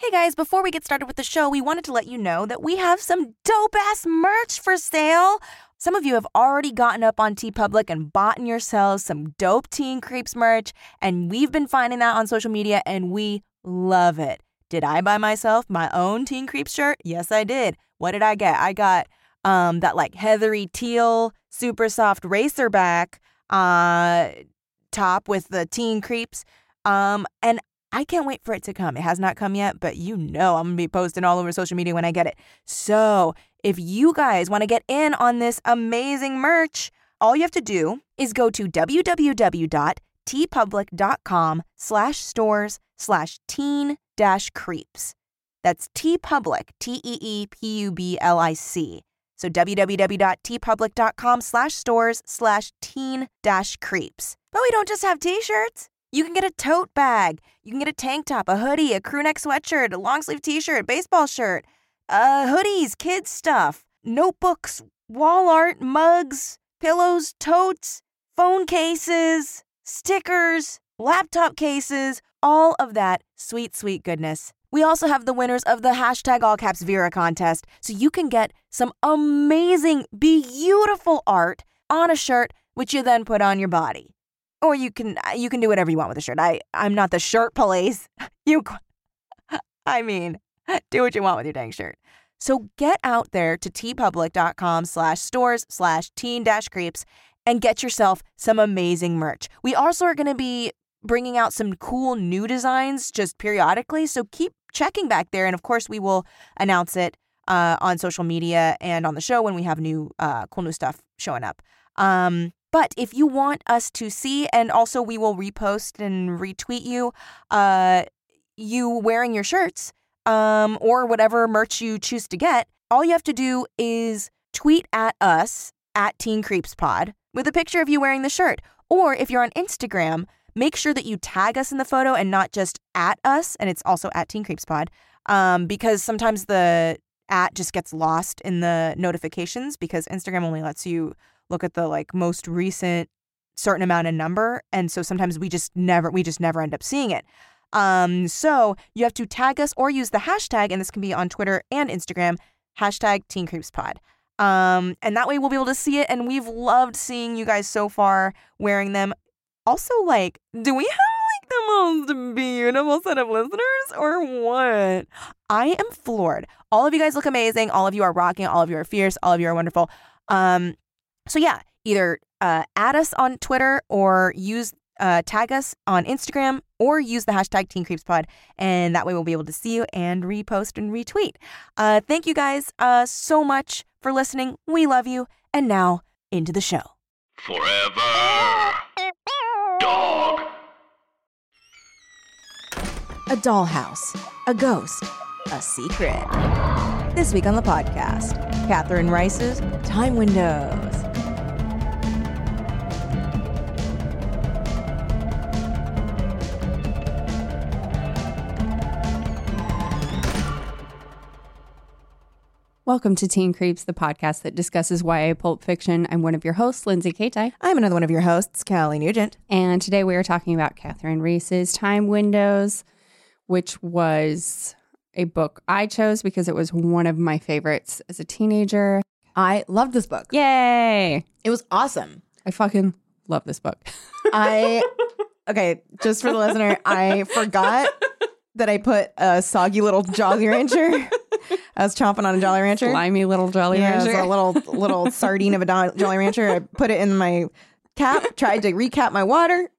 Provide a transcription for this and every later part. Hey guys, before we get started with the show, we wanted to let you know that we have some dope ass merch for sale. Some of you have already gotten up on TeePublic and bought yourselves some dope Teen Creeps merch, and we've been finding that on social media and we love it. Did I buy myself my own Teen Creeps shirt? Yes, I did. What did I get? I got um that like heathery teal super soft racer back uh top with the Teen Creeps. Um and I can't wait for it to come. It has not come yet, but you know I'm gonna be posting all over social media when I get it. So if you guys wanna get in on this amazing merch, all you have to do is go to www.tpublic.com slash stores slash teen dash creeps. That's tpublic, E T-E-E-P-U-B-L-I-C. So www.tpublic.com slash stores slash teen dash creeps. But we don't just have t-shirts. You can get a tote bag. You can get a tank top, a hoodie, a crew neck sweatshirt, a long sleeve t shirt, baseball shirt, uh, hoodies, kids stuff, notebooks, wall art, mugs, pillows, totes, phone cases, stickers, laptop cases, all of that sweet, sweet goodness. We also have the winners of the hashtag all caps Vera contest, so you can get some amazing, beautiful art on a shirt, which you then put on your body or you can uh, you can do whatever you want with a shirt. I I'm not the shirt police. You, I mean, do what you want with your dang shirt. So get out there to tpublic.com slash stores slash teen dash creeps and get yourself some amazing merch. We also are going to be bringing out some cool new designs just periodically. So keep checking back there. And of course, we will announce it uh, on social media and on the show when we have new uh, cool new stuff showing up. Um, but if you want us to see, and also we will repost and retweet you, uh, you wearing your shirts um, or whatever merch you choose to get, all you have to do is tweet at us at Teen Creeps Pod with a picture of you wearing the shirt. Or if you're on Instagram, make sure that you tag us in the photo and not just at us, and it's also at Teen Creeps Pod, um, because sometimes the at just gets lost in the notifications because Instagram only lets you look at the like most recent certain amount of number and so sometimes we just never we just never end up seeing it um so you have to tag us or use the hashtag and this can be on twitter and instagram hashtag teen creeps pod um and that way we'll be able to see it and we've loved seeing you guys so far wearing them also like do we have like the most beautiful set of listeners or what i am floored all of you guys look amazing all of you are rocking all of you are fierce all of you are wonderful um so yeah, either uh, add us on Twitter or use uh, tag us on Instagram or use the hashtag Teen Creeps Pod, and that way we'll be able to see you and repost and retweet. Uh, thank you guys so much for listening. We love you, and now into the show. Forever. Dog. A dollhouse, a ghost, a secret. This week on the podcast, Catherine Rice's Time Windows. Welcome to Teen Creeps, the podcast that discusses YA pulp fiction. I'm one of your hosts, Lindsay Kaitai, I'm another one of your hosts, Callie Nugent. and today we are talking about Catherine Reese's Time Windows, which was a book I chose because it was one of my favorites as a teenager. I loved this book. Yay! It was awesome. I fucking love this book. I okay, just for the listener, I forgot that I put a soggy little Jolly Rancher. I was chomping on a Jolly Rancher. Slimy little Jolly yeah, it was Rancher. a little little sardine of a do- Jolly Rancher. I put it in my cap. Tried to recap my water.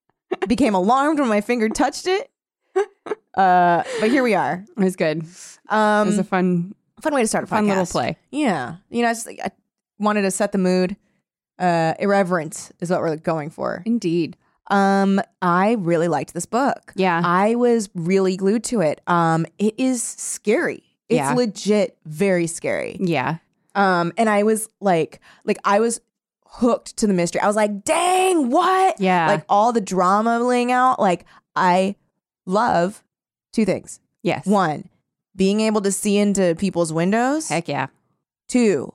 Became alarmed when my finger touched it. Uh, but here we are. It was good. It Um, was a fun, fun way to start a fun little podcast. play. Yeah, you know, I just like, I wanted to set the mood. Uh, irreverent is what we're going for. Indeed. Um, I really liked this book. Yeah. I was really glued to it. Um, it is scary. It's Yeah. legit very scary. Yeah. Um, and I was like, like I was hooked to the mystery. I was like, dang, what? Yeah. Like all the drama laying out. Like I love two things. yes. One, being able to see into people's windows. Heck yeah. Two,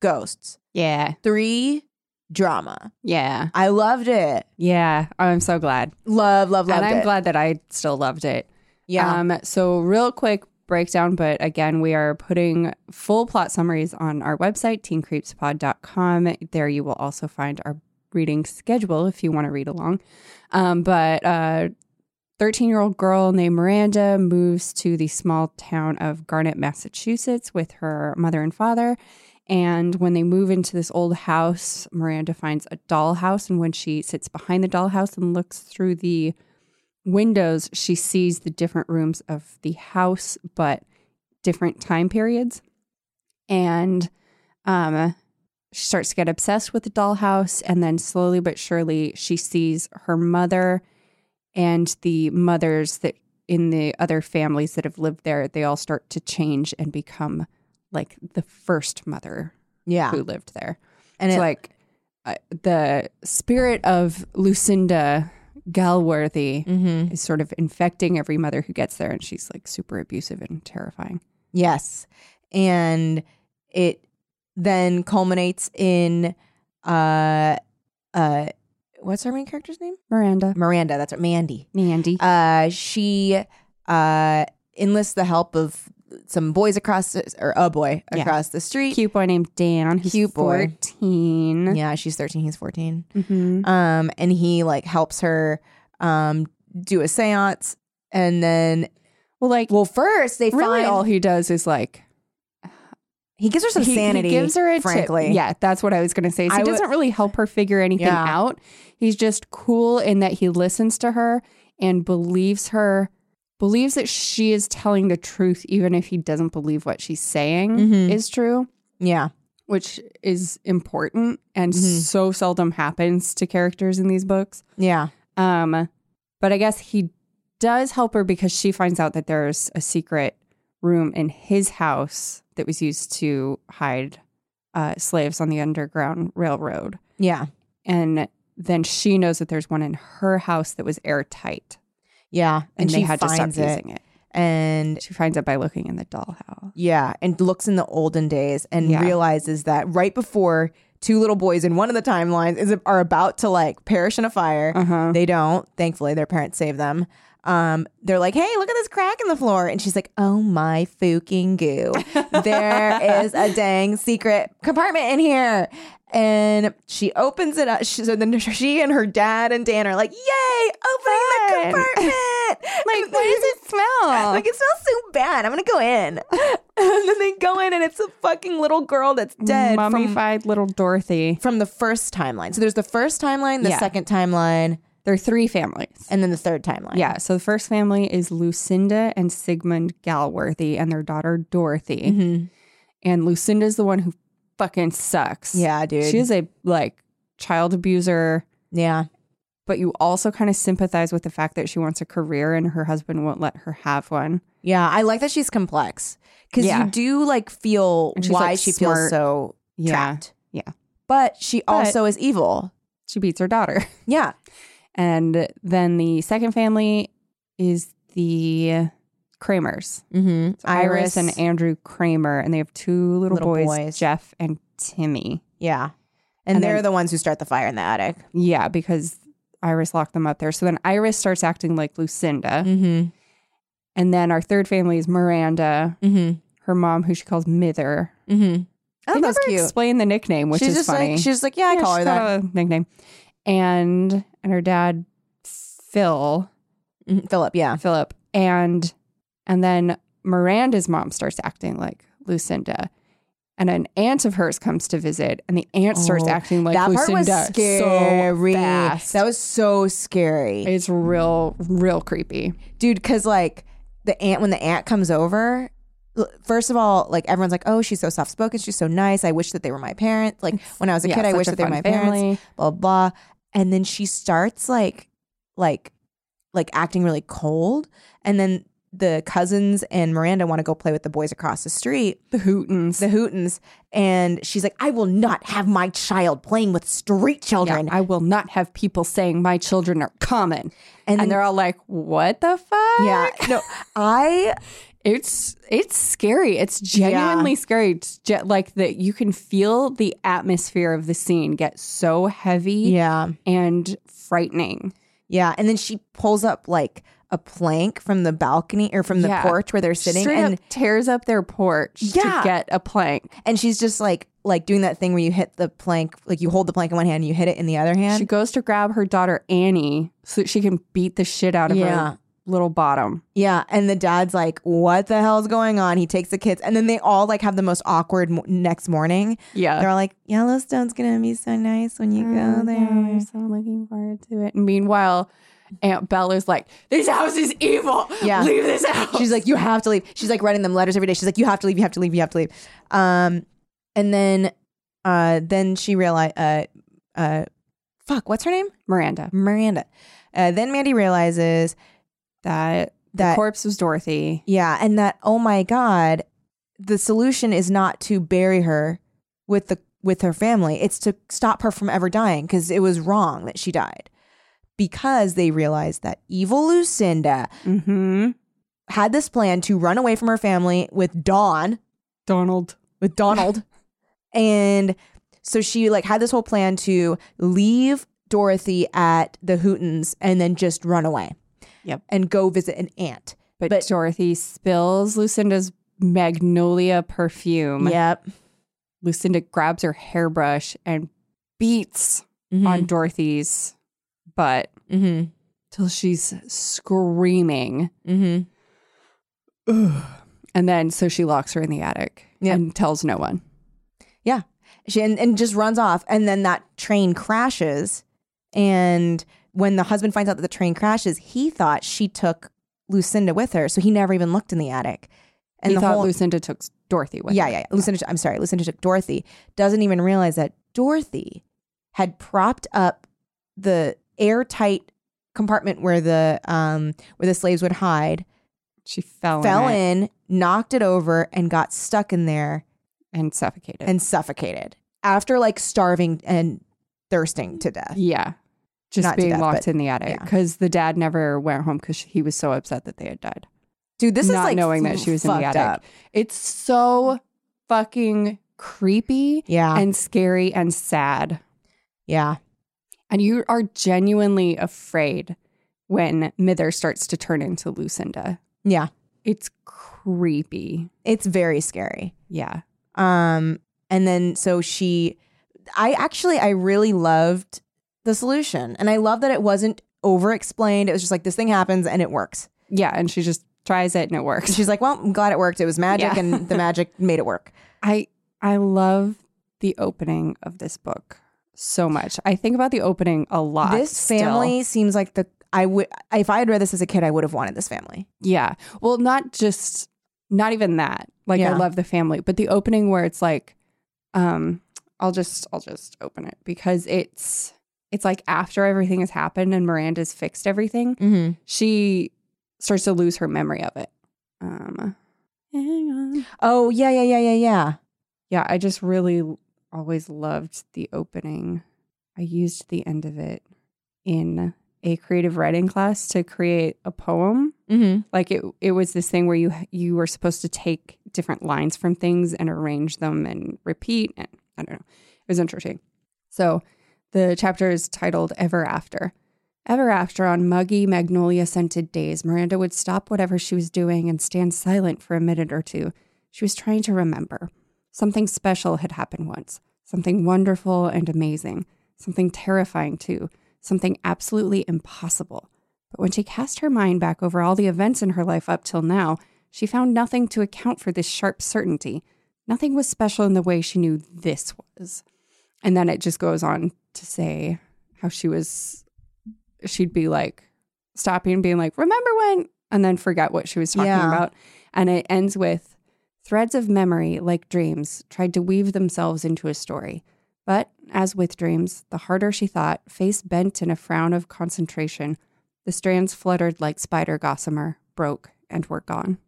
ghosts. Yeah. Three, drama. Yeah. I loved it. Yeah. Oh, I'm so glad. Love, love, love. and I'm it. glad that I still loved it. Yeah. Um, so, real quick breakdown, but again, we are putting full plot summaries on our website, teencreepspod.com. There you will also find our reading schedule if you want to read along. Um, but uh, 13 year old girl named Miranda moves to the small town of Garnet, Massachusetts with her mother and father. And when they move into this old house, Miranda finds a dollhouse. And when she sits behind the dollhouse and looks through the windows, she sees the different rooms of the house, but different time periods. And um, she starts to get obsessed with the dollhouse. And then slowly but surely, she sees her mother and the mothers that in the other families that have lived there, they all start to change and become like the first mother yeah. who lived there. And it's it- like uh, the spirit of Lucinda Galworthy Mm-hmm. is sort of infecting every mother who gets there, and she's like super abusive and terrifying. Yes. And it then culminates in uh uh what's our main character's name? Miranda, Miranda, that's right. Mandy. Mandy, Uh she uh enlists the help of some boys across the, or a boy Yeah. across the street. cute boy named Dan, who's Cute boy. fourteen. Yeah, she's 13, he's 14. Mhm. Um and he like helps her um do a séance and then Well, like well first they really, find all he does is like he gives her some he- he sanity. gives her a tip. frankly. Yeah, that's what I was going to say. So I he would- doesn't really help her figure anything Yeah. out. He's just cool in that he listens to her and believes her, believes that she is telling the truth, even if he doesn't believe what she's saying Mhm. is true. Yeah. which is important and Mhm. so seldom happens to characters in these books. Yeah. Um, but I guess he does help her because she finds out that there's a secret room in his house that was used to hide uh, slaves on the Underground Railroad. Yeah. And then she knows that there's one in her house that was airtight Yeah, and, they she had to stop finds using it. and She finds it by looking in the dollhouse. yeah, and looks in the olden days and Yeah. realizes that right before two little boys in one of the timelines is are about to like perish in a fire. Uh huh. They don't. Thankfully, their parents save them. Um, they're like, "Hey, look at this crack in the floor," and she's like, "Oh my fucking goo! there is a dang secret compartment in here." And she opens it up. She, so then she and her dad and Dan are like, "Yay! Opening the Fun. compartment!" Like, And what does it smell? Like it smells so bad. I'm gonna go in. and then they go in and it's a fucking little girl that's dead from, Mummified little Dorothy. from the first timeline. So there's the first timeline, the Yeah. second timeline, There are three families. and then the third timeline. Yeah. So the first family is Lucinda and Sigmund Galworthy and their daughter Dorothy. Mhm. And Lucinda's the one who fucking sucks. Yeah, dude. She is a like child abuser, yeah. but you also kind of sympathize with the fact that she wants a career and her husband won't let her have one. Yeah. I like that she's complex. Because Yeah. you do like feel And she's, why like, she feels smart. so Yeah. trapped. Yeah. But she But- also is evil. She beats her daughter. Yeah. And then the second family is the Kramers. Mm-hmm. Iris, and Andrew Kramer, and they have two little, Little boys, boys. Jeff and Timmy. Yeah. And, And they're then- the ones who start the fire in the attic. Yeah, because Iris locked them up there. So then Iris starts acting like Lucinda. Mm-hmm. And then our third family is Miranda, Mm-hmm. her mom, who she calls Mither. Mm-hmm. Oh, they that's never cute. explain the nickname, which she's is just funny. like she's like, yeah, I Yeah, call she's her got that. a nickname. And and her dad Phil Mhm, Philip, yeah. Philip. And and then Miranda's mom starts acting like Lucinda. And an aunt of hers comes to visit, and the aunt starts Oh, acting like that Lucinda. part was So scary. fast. that was so scary, it's real, real creepy. dude. Because like the aunt, when the aunt comes over, l- first of all, like everyone's like, "Oh, she's so soft spoken. She's so nice. I wish that they were my parents." Like when I was a yeah, kid, I such wish a that they were fun my family. parents. Blah blah. And then she starts like like like acting really cold and then the cousins and Miranda want to go play with the boys across the street The Hootens. the Hootens and she's like I will not have my child playing with street Yeah, children I will not have people saying my children are common. and, And then- they're all like, what the fuck? yeah no I It's it's scary. It's genuinely scary. It's ge- like that you can feel the atmosphere of the scene get so heavy yeah and frightening. Yeah, and then she pulls up like a plank from the balcony or from the Yeah. porch where they're sitting, Straight and up tears up their porch Yeah. to get a plank. and she's just like like doing that thing where you hit the plank, like you hold the plank in one hand, and you hit it in the other hand. she goes to grab her daughter Annie so that she can beat the shit out of Yeah. her little bottom. yeah, and the dad's like, "What the hell's going on?" He takes the kids, and then they all like have the most awkward mo- next morning. Yeah. Mm-hmm. They're all like, "Yellowstone's gonna be so nice when you go there." I'm so looking forward to it. And meanwhile, Aunt Bella's like, "This house is evil. Yeah. Leave this house." She's like, you have to leave. She's like writing them letters every day. She's like, you have to leave. You have to leave. You have to leave. Um, and then, uh, then she realized, uh, uh, fuck, what's her name? Miranda. Miranda. Uh, then Mandy realizes That that, the corpse was Dorothy. yeah, and that oh my god, the solution is not to bury her with the with her family. It's to stop her from ever dying because it was wrong that she died. Because they realized that evil Lucinda Mm-hmm. had this plan to run away from her family with Dawn, Donald. with Donald. and so she like had this whole plan to leave Dorothy at the Hootens and then just run away. Yep. And go visit an aunt. But, But- Dorothy spills Lucinda's magnolia perfume. Yep. Lucinda grabs her hairbrush and beats on Dorothy's butt Mm-hmm. till she's screaming. Mm-hmm. And then so she locks her in the attic Yeah. and tells no one. Yeah. She and, and just runs off. And then that train crashes. And when the husband finds out that the train crashes, he thought she took Lucinda with her. So he never even looked in the attic. And he the thought whole- Lucinda took Dorothy with yeah, her. yeah, yeah. Lucinda, I'm sorry, Lucinda took Dorothy. Doesn't even realize that Dorothy had propped up the airtight compartment where the um where the slaves would hide, She fell, fell in, it in, knocked it over, and got stuck in there and suffocated. and suffocated after like starving and thirsting to death. yeah. Just Not to being death, locked but- in the attic yeah. because the dad never went home because he was so upset that they had died. Dude, this Not is like knowing that she was in the fucked attic. up. It's so fucking creepy Yeah, and scary and sad. yeah, And you are genuinely afraid when Mither starts to turn into Lucinda. yeah. It's creepy. It's very scary. Yeah. Um, and then so she, I actually, I really loved the solution, and I love that it wasn't over explained. It was just like this thing happens and it works. Yeah. And she just tries it and it And works. she's like, "Well, I'm glad it worked. It was magic, Yeah. and the magic made it work." I I love the opening of this book so much. I think about the opening a lot. this still. family seems like the I would if I had read this as a kid, I would have wanted this family. Yeah. Well, not just not even that. Like Yeah. I love the family, but the opening where it's like um I'll just I'll just open it because it's it's like after everything has happened and Miranda's fixed everything, Mm-hmm. she starts to lose her memory of it. Um hang on. Oh yeah, yeah, yeah, yeah, yeah. Yeah, I just really l- always loved the opening. I used the end of it in a creative writing class to create a poem. Mm-hmm. Like it it was this thing where you you were supposed to take different lines from things and arrange them and repeat and I don't know. It was interesting. So the chapter is titled Ever After. Ever after, on muggy, magnolia scented days, Miranda would stop whatever she was doing and stand silent for a minute or two. She was trying to remember. Something special had happened once, something wonderful and amazing, something terrifying too, something absolutely impossible. But when she cast her mind back over all the events in her life up till now, she found nothing to account for this sharp certainty. Nothing was special in the way she knew this was. And then it just goes on to say how she was, she'd be like stopping and being like, remember when, and then forget what she was talking Yeah. about. And it ends with threads of memory, like dreams, tried to weave themselves into a story. But as with dreams, the harder she thought, face bent in a frown of concentration, The strands fluttered like spider gossamer, broke, and were gone.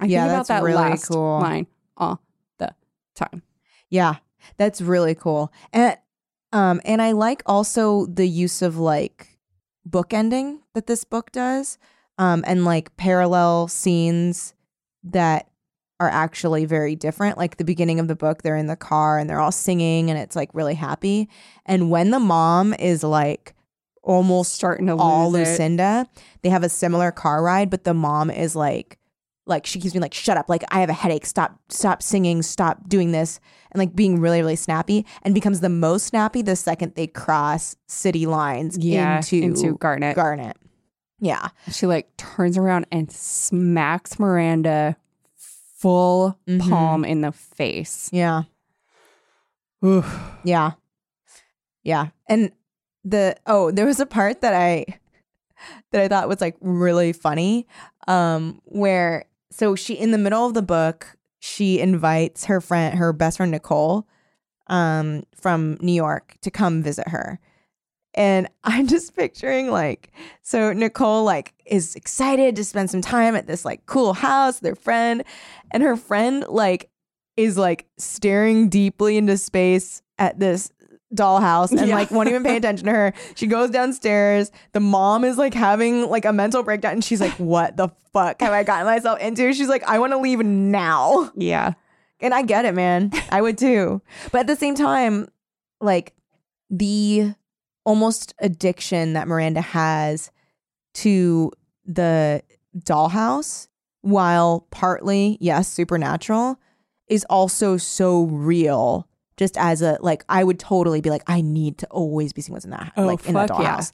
I Yeah, think about that's that really last cool. line all the time. Yeah, that's really cool. And um and I like also the use of like bookending that this book does um and like parallel scenes that are actually very different. Like the beginning of the book, they're in the car and they're all singing and it's like really happy. And when the mom is like almost Starting to all lose it. Lucinda. They have a similar car ride, but the mom is like, like she keeps being like, "Shut up! Like I have a headache. Stop! Stop singing! Stop doing this!" And like being really, really snappy, and becomes the most snappy the second they cross city lines Yeah, into, into Garnet. Garnet. Yeah, She like turns around and smacks Miranda full Mhm. palm in the face. yeah, yeah, yeah. And the oh, there was a part that I that I thought was like really funny. Um, where so she in the middle of the book, she invites her friend, her best friend Nicole, um, from New York to come visit her. And I'm just picturing like so Nicole like is excited to spend some time at this like cool house, their friend, and her friend like is like staring deeply into space at this dollhouse and Yeah. like won't even pay attention to her. She goes downstairs. The mom is like having like a mental breakdown and she's like, What the fuck have I gotten myself into? She's like, I want to leave now. Yeah. And I get it, man. I would too. But at the same time, like the almost addiction that Miranda has to the dollhouse, while partly, yes, supernatural, is also so real. Just as a like, I would totally be like, I need to always be seeing what's in that, Oh, like in the fuck yeah. dollhouse.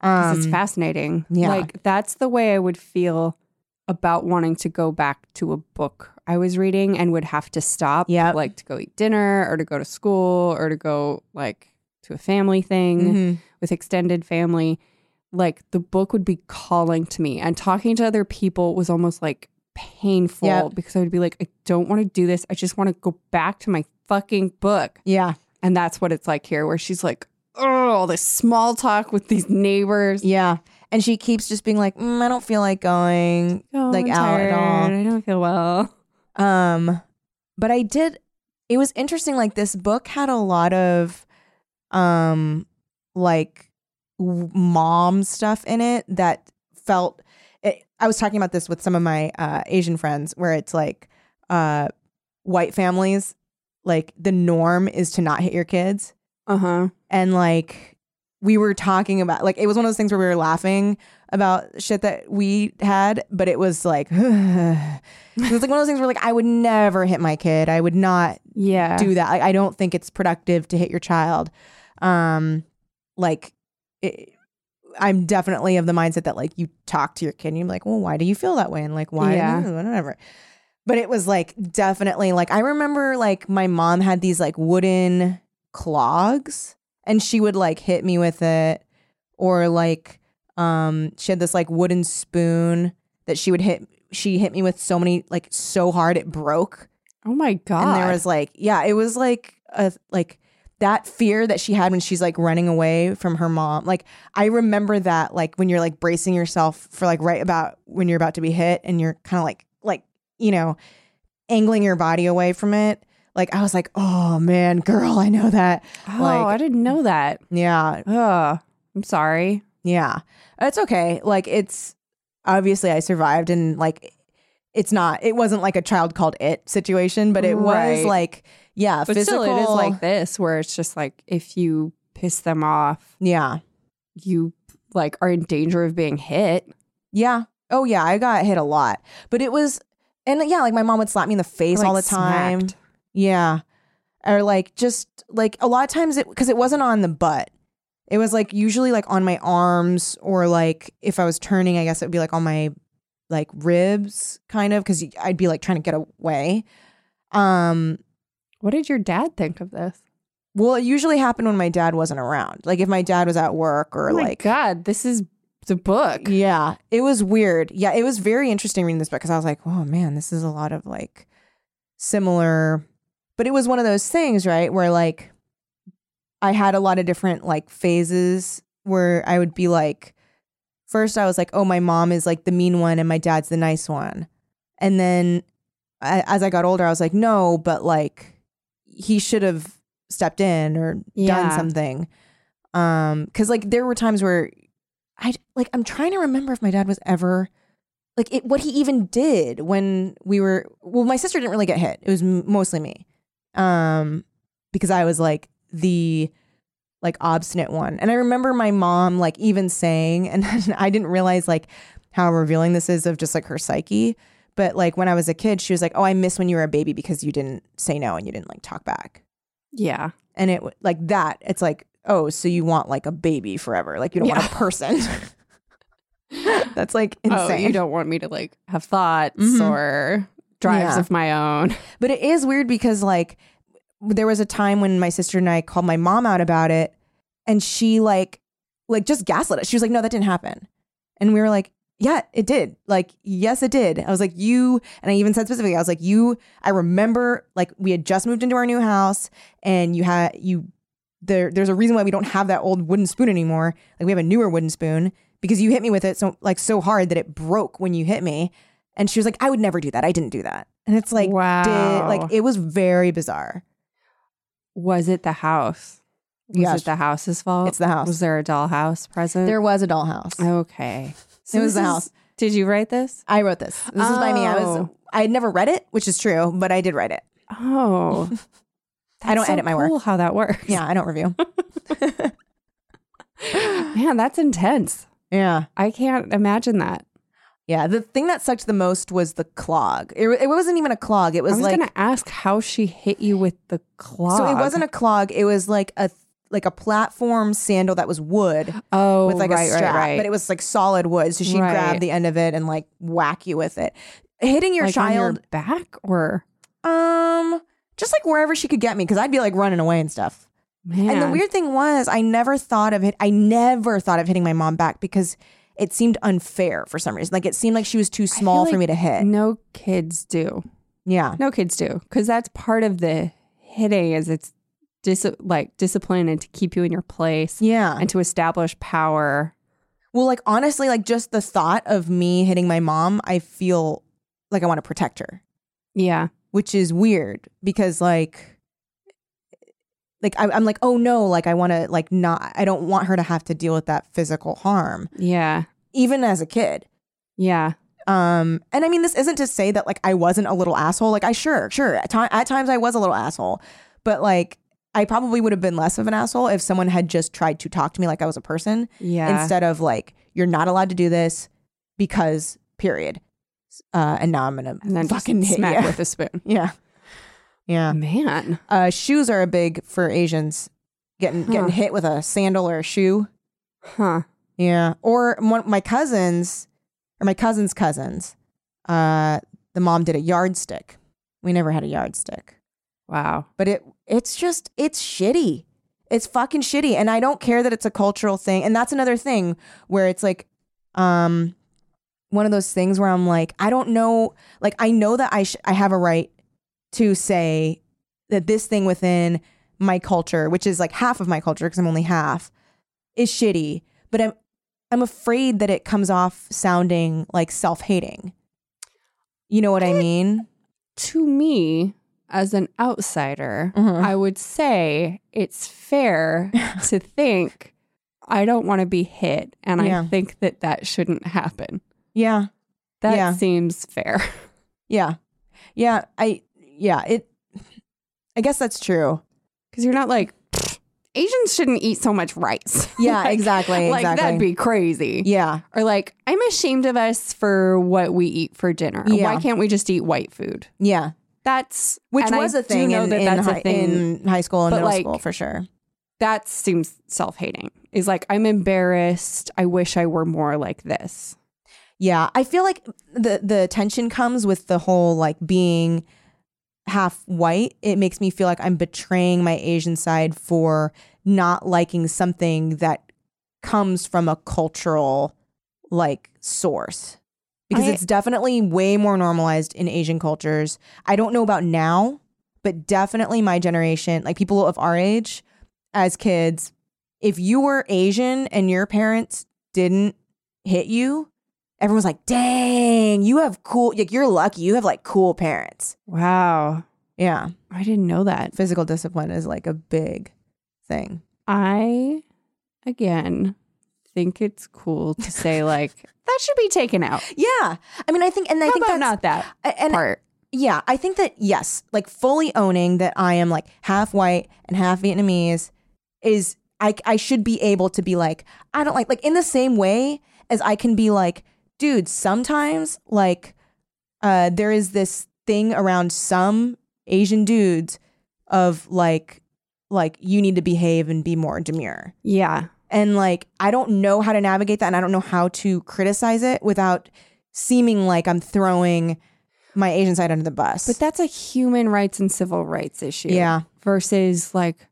'Cause it's Um, fascinating. yeah. Like that's the way I would feel about wanting to go back to a book I was reading and would have to stop Yep. like to go eat dinner or to go to school or to go like to a family thing mhm. with extended family. Like the book would be calling to me and talking to other people was almost like painful Yep. because I would be like I don't want to do this. I just want to go back to my fucking book. yeah, And that's what it's like here where she's like Oh, all this small talk with these neighbors. yeah. And she keeps just being like, mm, I don't feel like going. Oh, like, out at all. I don't feel well. Um, but I did. It was interesting. Like this book had a lot of, um, like w- mom stuff in it that felt. It, I was talking about this with some of my uh, Asian friends, where it's like, uh, white families, like the norm is to not hit your kids, Uh huh. and like we were talking about like it was one of those things where we were laughing about shit that we had but it was like it was like one of those things where like i would never hit my kid i would not Yeah. do that like i don't think it's productive to hit your child um like it, i'm definitely of the mindset that like you talk to your kid and you're like well why do you feel that way and like why Yeah. whatever but it was like definitely like i remember like my mom had these like wooden clogs and she would like hit me with it or like um she had this like wooden spoon that she would hit she hit me with so many like so hard it broke oh my god. and there was like yeah it was like a like that fear that she had when she's like running away from her mom like i remember that like when you're like bracing yourself for like right about when you're about to be hit and you're kind of like like you know angling your body away from it like i was like oh man girl i know that oh, like- I didn't know that. yeah Ugh. I'm sorry. Yeah. It's okay. Like it's obviously I survived and like it's not it wasn't like a child called it situation, but it was Right. like yeah, But physical. still, it is like this where it's just like if you piss them off, Yeah. you like are in danger of being hit. Yeah. Oh yeah, I got hit a lot. But it was and yeah, like my mom would slap me in the face Like, all the time. smacked. Yeah. Or like just like a lot of times it because it wasn't on the butt. It was like usually like on my arms or like if I was turning, I guess it would be like on my like ribs kind of because I'd be like trying to get away. Um, What did your dad think of this? well, it usually happened when my dad wasn't around. Like if my dad was at work or oh my like god, this is the book. Yeah, it was weird. Yeah, it was very interesting reading this book because I was like, oh man, this is a lot of like similar, but it was one of those things, right? Where like I had a lot of different like phases where I would be like, first I was like, oh, my mom is like the mean one and my dad's the nice one. And then I, as I got older, I was like, no, but like he should have stepped in or done Yeah. something. Um, cause like there were times where I like, I'm trying to remember if my dad was ever like it, what he even did when we were, well, my sister didn't really get hit. It was m- mostly me. Um, because I was like the like obstinate one. And I remember my mom like even saying, and I didn't realize like how revealing this is of just like her psyche. But like when I was a kid, she was like, "Oh, I miss when you were a baby because you didn't say no and you didn't like talk back." Yeah. And it w- like that. It's like, oh, so you want like a baby forever? Like you don't want a Yeah. person? That's like insane. Oh, you don't want me to like have thoughts Mhm. or drives Yeah. of my own. But it is weird because like there was a time when my sister and I called my mom out about it and she like like just gaslit us. She was like, "No, that didn't happen." And we were like, "Yeah, it did." Like, "Yes, it did." I was like, "You," and I even said specifically, I was like, "You I remember like we had just moved into our new house and you had you there there's a reason why we don't have that old wooden spoon anymore. Like we have a newer wooden spoon because you hit me with it so like so hard that it broke when you hit me." And she was like, "I would never do that. I didn't do that." And it's like, did Wow. like it was very bizarre. Was it the house? Was Yes. it the house's fault? It's the house. Oh, Was there a dollhouse present? There was a dollhouse. Okay. It this was the is- house. Did you write this? I wrote this. This is by me. I was Oh. I had never read it, which is true, but I did write it. Oh. I don't That's so edit my work. cool How that works? Yeah, I don't review. Man, that's intense. yeah. I can't imagine that. Yeah. The thing that sucked the most was the clog. It, it wasn't even a clog. It was, I was like gonna ask how she hit you with the clog. so it wasn't a clog. It was like a like a platform sandal that was wood oh with like right, a strap, right, right. but it was like solid wood. So she'd Right. grab the end of it and like whack you with it. Hitting your Like on child back or Um, just like wherever she could get me, because I'd be like running away and stuff. man. And the weird thing was, I never thought of it. I never thought of hitting my mom back because it seemed unfair for some reason. Like it seemed like she was too I feel small for like me to hit. No kids do. yeah, No kids do because that's part of the hitting is it's dis- like discipline and to keep you in your place yeah. and to establish power. Well, like honestly, like just the thought of me hitting my mom, I feel like I want to protect her, Yeah. which is weird because like. Like I, I'm like, oh no! Like I want to like not. I don't want her to have to deal with that physical harm, Yeah. even as a kid. Yeah. Um, and I mean, this isn't to say that like I wasn't a little asshole. Like I sure, sure, at, ti- at times I was a little asshole, but like I probably would have been less of an asshole if someone had just tried to talk to me like I was a person Yeah. instead of like you're not allowed to do this because period. Uh, and now I'm gonna and then fucking just hit smack you. with Mm. a spoon. yeah, yeah. Man. Uh, shoes are a big for Asians. Getting Huh. getting hit with a sandal or a shoe. Huh. Yeah. Or one, my cousins, or my cousin's cousins, uh, the mom did a yardstick. We never had a yardstick, Wow. but it it's just it's shitty. It's fucking shitty, and I don't care that it's a cultural thing. And that's another thing where it's like, um, one of those things where I'm like, I don't know, like I know that I sh- I have a right to say that this thing within my culture, which is like half of my culture because I'm only half, is shitty. But I'm I'm afraid that it comes off sounding like self-hating. You know what I mean? To me, as an outsider, Mhm. I would say it's fair to think I don't want to be hit and Yeah. I think that that shouldn't happen. Yeah. That Yeah. seems fair. Yeah. Yeah, I yeah, it I guess that's true. Because you're not like, "Pfft, Asians shouldn't eat so much rice. Yeah, Like- exactly, Like, exactly. that'd be crazy. Yeah. Or like, I'm ashamed of us for what we eat for dinner. Yeah. Why can't we just eat white food? Yeah. That's Which and I was a do thing know in, that in that's hi- a thing. in high school and But, middle like, school for sure. that seems self-hating. Is like, I'm embarrassed. I wish I were more like this. Yeah, I feel like the the tension comes with the whole like being half white. It makes me feel like I'm betraying my Asian side for not liking something that comes from a cultural like source. Because I- it's definitely way more normalized in Asian cultures. I don't know about now, but definitely my generation, like people of our age as kids, if you were Asian and your parents didn't hit you, everyone's like, dang, you have cool, like, you're lucky. You have like cool parents. Wow. Yeah. I didn't know that. Physical discipline is like a big thing. I, again, think it's cool to say, like, that should be taken out. Yeah. I mean, I think, and I How think about that's e not that a- and part? yeah, I think that yes, like fully owning that I am like half white and half Vietnamese is I I should be able to be like I don't like like in the same way as I can be like dude, sometimes like uh there is this thing around some Asian dudes of like like you need to behave and be more demure. Yeah. And like, I don't know how to navigate that and I don't know how to criticize it without seeming like I'm throwing my Asian side under the bus. But that's a human rights and civil rights issue. Yeah. Versus like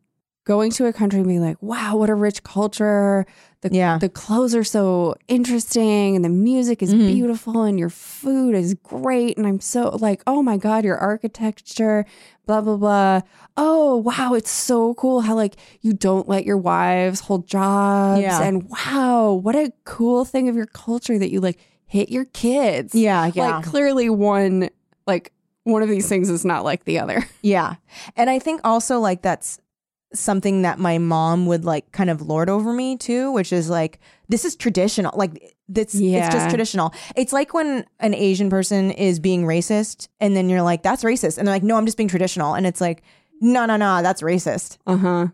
going to a country and being like, wow, what a rich culture. The, Yeah. the clothes are so interesting and the music is Mhm. beautiful and your food is great. And I'm so like, oh my God, your architecture, blah, blah, blah. Oh, wow, it's so cool how like you don't let your wives hold jobs. Yeah. And wow, what a cool thing of your culture that you like hit your kids. yeah, yeah, Like clearly one like one of these things is not like the other. yeah. And I think also like that's something that my mom would like kind of lord over me too, which is like this is traditional. Like this, Yeah. it's just traditional. It's like when an Asian person is being racist, and then you're like, "That's racist," and they're like, "No, I'm just being traditional," and it's like, "No, no, no, that's racist." Uh-huh.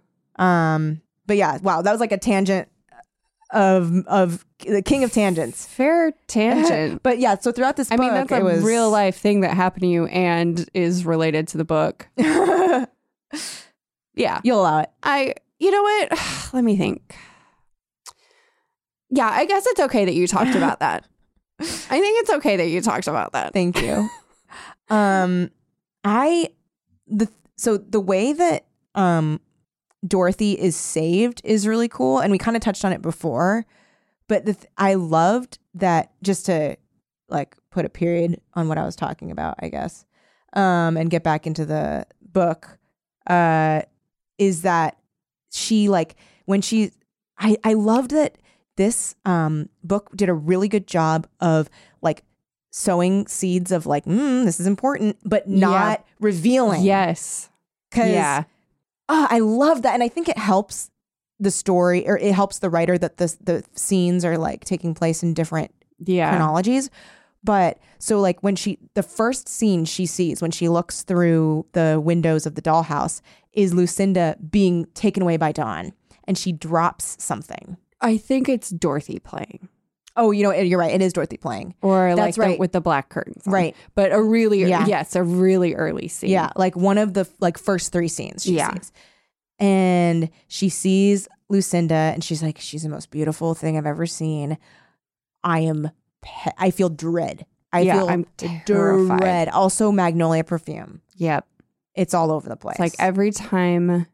Um, but yeah, wow, that was like a tangent of of the king of tangents. Fair tangent. But yeah, so throughout this, I mean, book, that's a it was real life thing that happened to you and is related to the book. Yeah. You'll allow it. I you know what? Let me think. Yeah, I guess it's okay that you talked about that. I think it's okay that you talked about that. Thank you. um, I the so the way that um Dorothy is saved is really cool, and we kind of touched on it before, but the th- I loved that just to like put a period on what I was talking about, I guess, um, and get back into the book. Uh, is that she like when she I I loved that this um book did a really good job of like sowing seeds of like mm, this is important but Yeah. not revealing Yes. 'Cause Yeah. Ah, I love that, and I think it helps the story, or it helps the writer that the the scenes are like taking place in different Yeah. chronologies. But so like when she the first scene she sees when she looks through the windows of the dollhouse is Lucinda being taken away by Dawn, and she drops something. I think it's Dorothy playing. Oh, you know you're right. It is Dorothy playing. Or That's like the- right. with the black curtains. on. Right. But a really Yeah. yes, a really early scene. Yeah, like one of the like first three scenes she Yeah. sees. And she sees Lucinda and she's like, She's the most beautiful thing I've ever seen. I am pe- I feel dread. I Yeah, feel I'm terrified. dread. Also Magnolia perfume. Yep. It's all over the place. It's like every time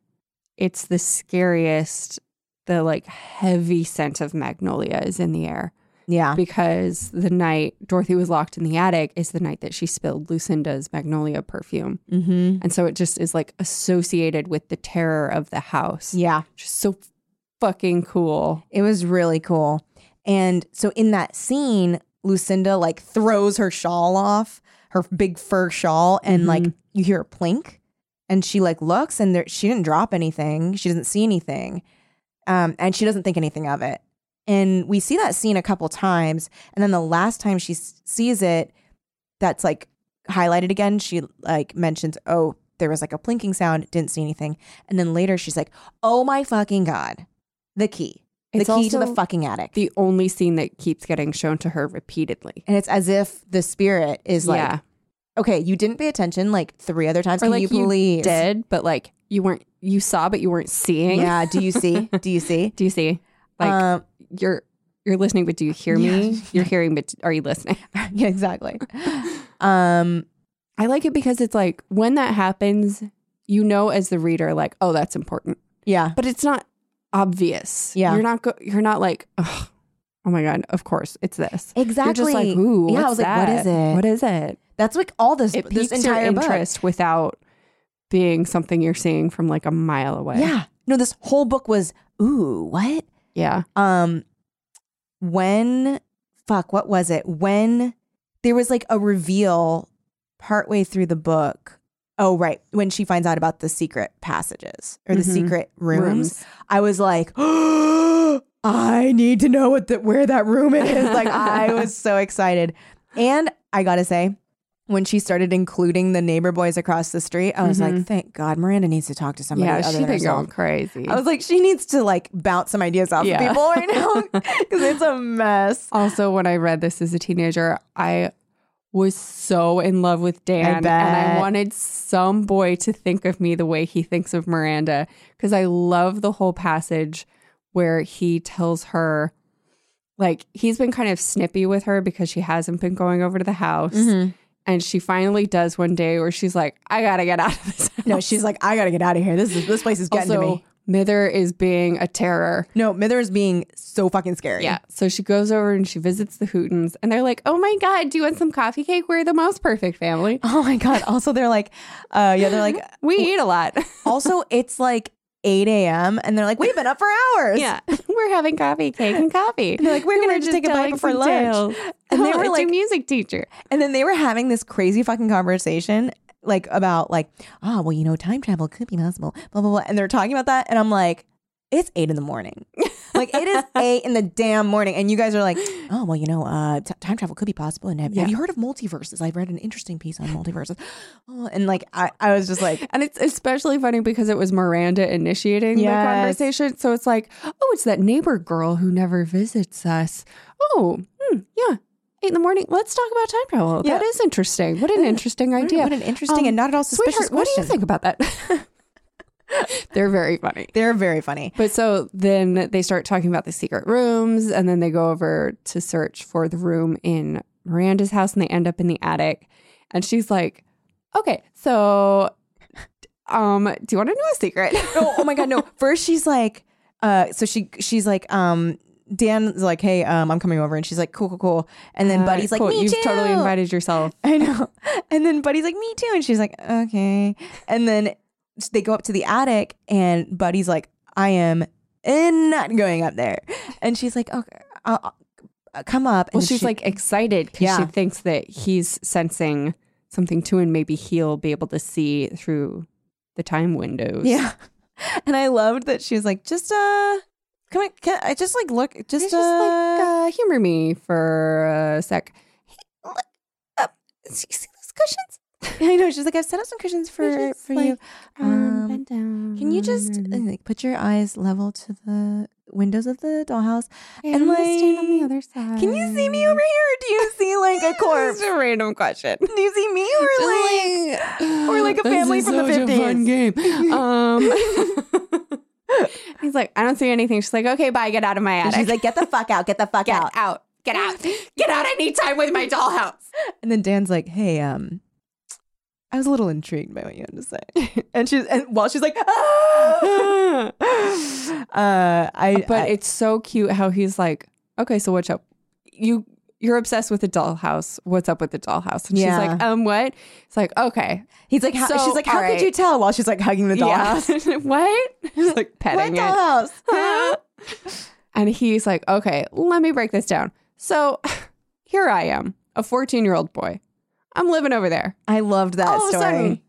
it's the scariest, the like heavy scent of magnolia is in the air Yeah. because the night Dorothy was locked in the attic is the night that she spilled Lucinda's magnolia perfume. Mm-hmm. And so it just is like associated with the terror of the house. Yeah. Just so fucking cool. It was really cool. And so in that scene, Lucinda like throws her shawl off, her big fur shawl, and like you hear a plink. And she like looks and there, she didn't drop anything. She doesn't see anything. Um, and she doesn't think anything of it. And we see that scene a couple times. And then the last time she s- sees it, that's like highlighted again. She like mentions, oh, there was like a plinking sound, didn't see anything. And then later she's like, oh my fucking God, the key the It's key to the also fucking attic. The only scene that keeps getting shown to her repeatedly. and it's as if the spirit is like, yeah. okay, you didn't pay attention like three other times. Or Can like you please? did, but like you weren't you saw but you weren't seeing. Yeah. Do you see? Do you see? Do you see? Like um, you're you're listening, but do you hear me? You're hearing, but are you listening? yeah, exactly. Um, I like it because it's like when that happens, you know, as the reader, like, oh, that's important, yeah. but it's not obvious. Yeah. you're not. Go- you're not like, "Ugh, oh my god, of course it's this. Exactly. You're just like, ooh, yeah. I what's was that? like, what is it? What is it? That's like all this. It this piques your entire book. interest without being something you're seeing from like a mile away. Yeah. No, this whole book was ooh, what? yeah. Um, when fuck, what was it? When there was like a reveal partway through the book. Oh, right. When she finds out about the secret passages or the Mhm. secret Mm-hmm. rooms. I was like, I need to know what the, where that room is. Like I was so excited. And I gotta say, when she started including the neighbor boys across the street, I was like, Mhm. thank God Miranda needs to talk to somebody yeah, other she than been going herself. crazy. I was like, she needs to like bounce some ideas off Yeah. of people right now because it's a mess. also, when I read this as a teenager, I was so in love with Dan, and I bet. wanted some boy to think of me the way he thinks of Miranda because I love the whole passage where he tells her, like, he's been kind of snippy with her because she hasn't been going over to the house. Mm-hmm. And she finally does one day where she's like, I gotta get out of this. House. No, she's like, I gotta get out of here. This is this place is getting to also, me. Mither is being a terror. No, Mither is being so fucking scary. Yeah. So she goes over and she visits the Hootens, and they're like, "Oh my god, do you want some coffee cake? We're the most perfect family. Oh my god. Also, they're like, uh, yeah, they're like, We eat a lot. Also, it's like 8 a.m. and they're like, we've been up for hours. yeah, we're having coffee cake and coffee. They're like, we're gonna just take a bite telling before some lunch. And And they they were it's like- a music teacher. And then they were having this crazy fucking conversation, like about like, ah, well, you know, time travel could be possible, blah, blah, blah. And they're talking about that. And I'm like, it's eight in the morning. like it is eight in the damn morning. And you guys are like, oh, well, you know, uh, t- time travel could be possible. And have, have Yeah. you heard of multiverses? I read an interesting piece on multiverses. Oh, and like, I, I was just like, And it's especially funny because it was Miranda initiating the Yes. conversation. So it's like, oh, it's that neighbor girl who never visits us. Oh, hmm, yeah. Eight in the morning. Let's talk about time travel. That Yeah. Mm, is interesting. What an interesting idea. what an interesting and not at all suspicious Sweetheart, Um, what do you question. think about that? They're very funny. They're very funny. But so then they start talking about the secret rooms, and then they go over to search for the room in Miranda's house, and they end up in the attic. And she's like, "Okay, so, um, do you want to know a secret?" oh, oh my god, no. First she's like, uh, so she she's like, um, Dan's like, hey, um, I'm coming over, and she's like, cool, cool, cool. And then Uh, Buddy's like, cool, me you've too. totally invited yourself. I know. And then Buddy's like, me too, and she's like, okay. And then they go up to the attic, and Buddy's like, I am eh, not going up there, and she's like, okay, I'll, I'll come up. Well, and she's she- like excited because she Yeah. thinks that he's sensing something too, and maybe he'll be able to see through the time windows. yeah. And I loved that she was like, just uh, come on, can I just like look, just It's uh, just like uh, humor me for a sec. Hey, look up. You see those cushions? I know. She's like, I've set up some cushions for just for like, mm. you. Um, um, bend down. Can you just uh, like, put your eyes level to the windows of the dollhouse? Hey, and I'm gonna stand on the like, other side? Can you see me over here? Or do you see like a corpse? It's a random question. Do you see me or like? or like a family from the 50s. game. Um, he's like, I don't see anything. She's like, okay, bye. Get out of my And attic. she's like, get the fuck out, get the fuck get out. out. Get out. Get out. I need time with my dollhouse. And then Dan's like, hey, um, I was a little intrigued by what you had to say. and she's and while she's like, ah! uh, I but I- it's so cute how he's like, okay, so what's up? You you're obsessed with the dollhouse. What's up with the dollhouse? And she's like, Yeah. um, what? It's like, okay, he's like, how, so, she's like, how alright. could you tell? While she's like hugging the yeah. dollhouse. what? She's like What petting it, dollhouse? Huh? and he's like, okay, let me break this down. So here I am, a 14 year old boy. I'm living over there. I loved that All of a story. sudden,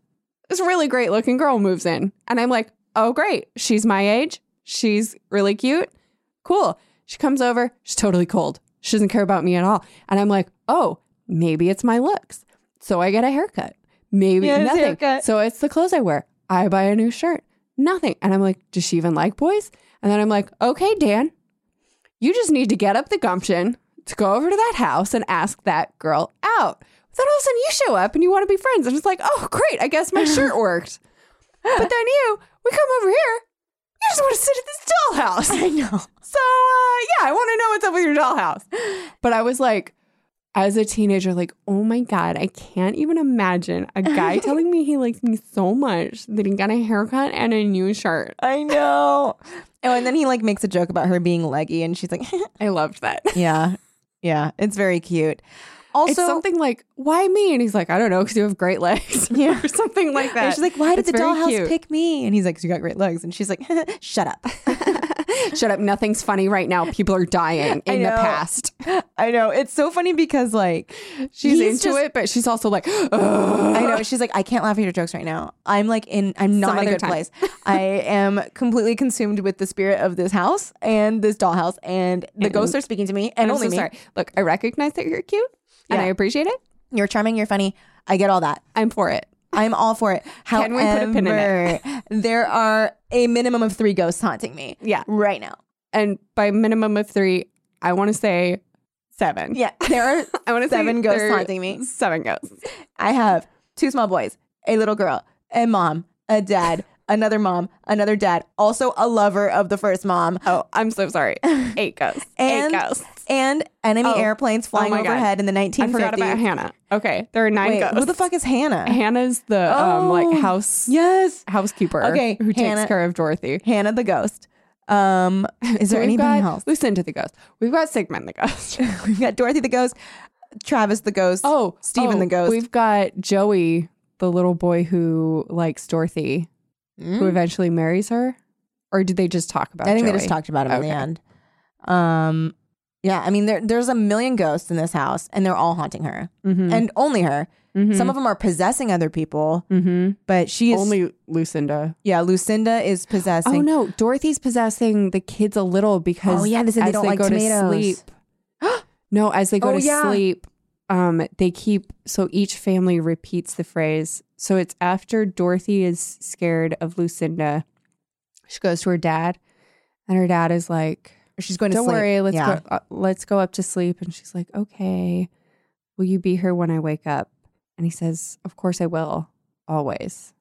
this really great looking girl moves in, and I'm like, oh great, she's my age. She's really cute. Cool. She comes over. She's totally cold. She doesn't care about me at all. And I'm like, oh, maybe it's my looks. So I get a haircut. Maybe Yeah, it's a nothing. haircut. So it's the clothes I wear. I buy a new shirt. Nothing. And I'm like, does she even like boys? And then I'm like, okay, Dan, you just need to get up the gumption to go over to that house and ask that girl out. Then all of a sudden you show up and you want to be friends. And it's like, oh, great. I guess my shirt worked. But then you, we come over here. You just want to sit at this dollhouse. I know. So uh, yeah, I want to know what's up with your dollhouse. But I was like, as a teenager, like, oh my god, I can't even imagine a guy telling me he likes me so much that he got a haircut and a new shirt. I know. Oh, and then he like makes a joke about her being leggy, and she's like, I loved that. "Yeah, yeah, it's very cute." Also, it's something like, why me? And he's like, I don't know, because you have great legs, Yeah. or something like that. and she's like, "Why did It's the very dollhouse cute. pick me?" And he's like, "You got great legs," and she's like, "Shut up." Shut up. Nothing's funny right now. People are dying I in the know. past. I know. It's so funny because like She's he's into just- it, but she's also like, "Ugh." I know. She's like, I can't laugh at your jokes right now. I'm like in I'm not Some in other a good time. place. I am completely consumed with the spirit of this house and this dollhouse and the ghosts are speaking to me and I'm only so me. sorry. Look, I recognize that you're cute and Yeah. I appreciate it. You're charming, you're funny. I get all that. I'm for it. I'm all for it. Can we put a pin in it? However, there are a minimum of three ghosts haunting me. Yeah. Right now. And by minimum of three, I want to say seven. Yeah. There are I want to say Seven ghosts there are haunting me. Seven ghosts. I have two small boys, a little girl, a mom, a dad, another mom, another dad, also a lover of the first mom, Oh, I'm so sorry. Eight ghosts. And Eight ghosts. and enemy Oh. airplanes flying my God. overhead in the I forgot 1950s. about Hannah. Okay, there are nine Wait, ghosts. who the fuck is Hannah? Hannah's the um Oh, like house Yes, housekeeper. Okay, who Hannah- takes care of Dorothy. Hannah the ghost. Um, is So there we've anything got else? Lucinda the ghost. We've got Sigmund the ghost. We've got Dorothy the ghost, Travis the ghost. Oh, Stephen oh, the ghost. We've got Joey, the little boy who likes Dorothy, who Mm. eventually marries her. Or did they just talk about? I think they Joey? just talked about him in Okay. the end. Um, yeah, I mean there there's a million ghosts in this house, and they're all haunting her, Mhm. and only her. Mhm. Some of them are possessing other people, Mhm. but she is only Lucinda. yeah. Lucinda is possessing. Oh no, Dorothy's possessing the kids a little because Oh, yeah, they said they as don't like go tomatoes. To sleep, no, as they go Oh, to yeah. sleep, um, they keep so each family repeats the phrase. So it's after Dorothy is scared of Lucinda, she goes to her dad, and her dad is like, She's going to "Don't sleep. worry, let's Yeah. go, uh, let's go up to sleep." And she's like, "Okay, will you be here when I wake up?" And he says, "Of course I will, always."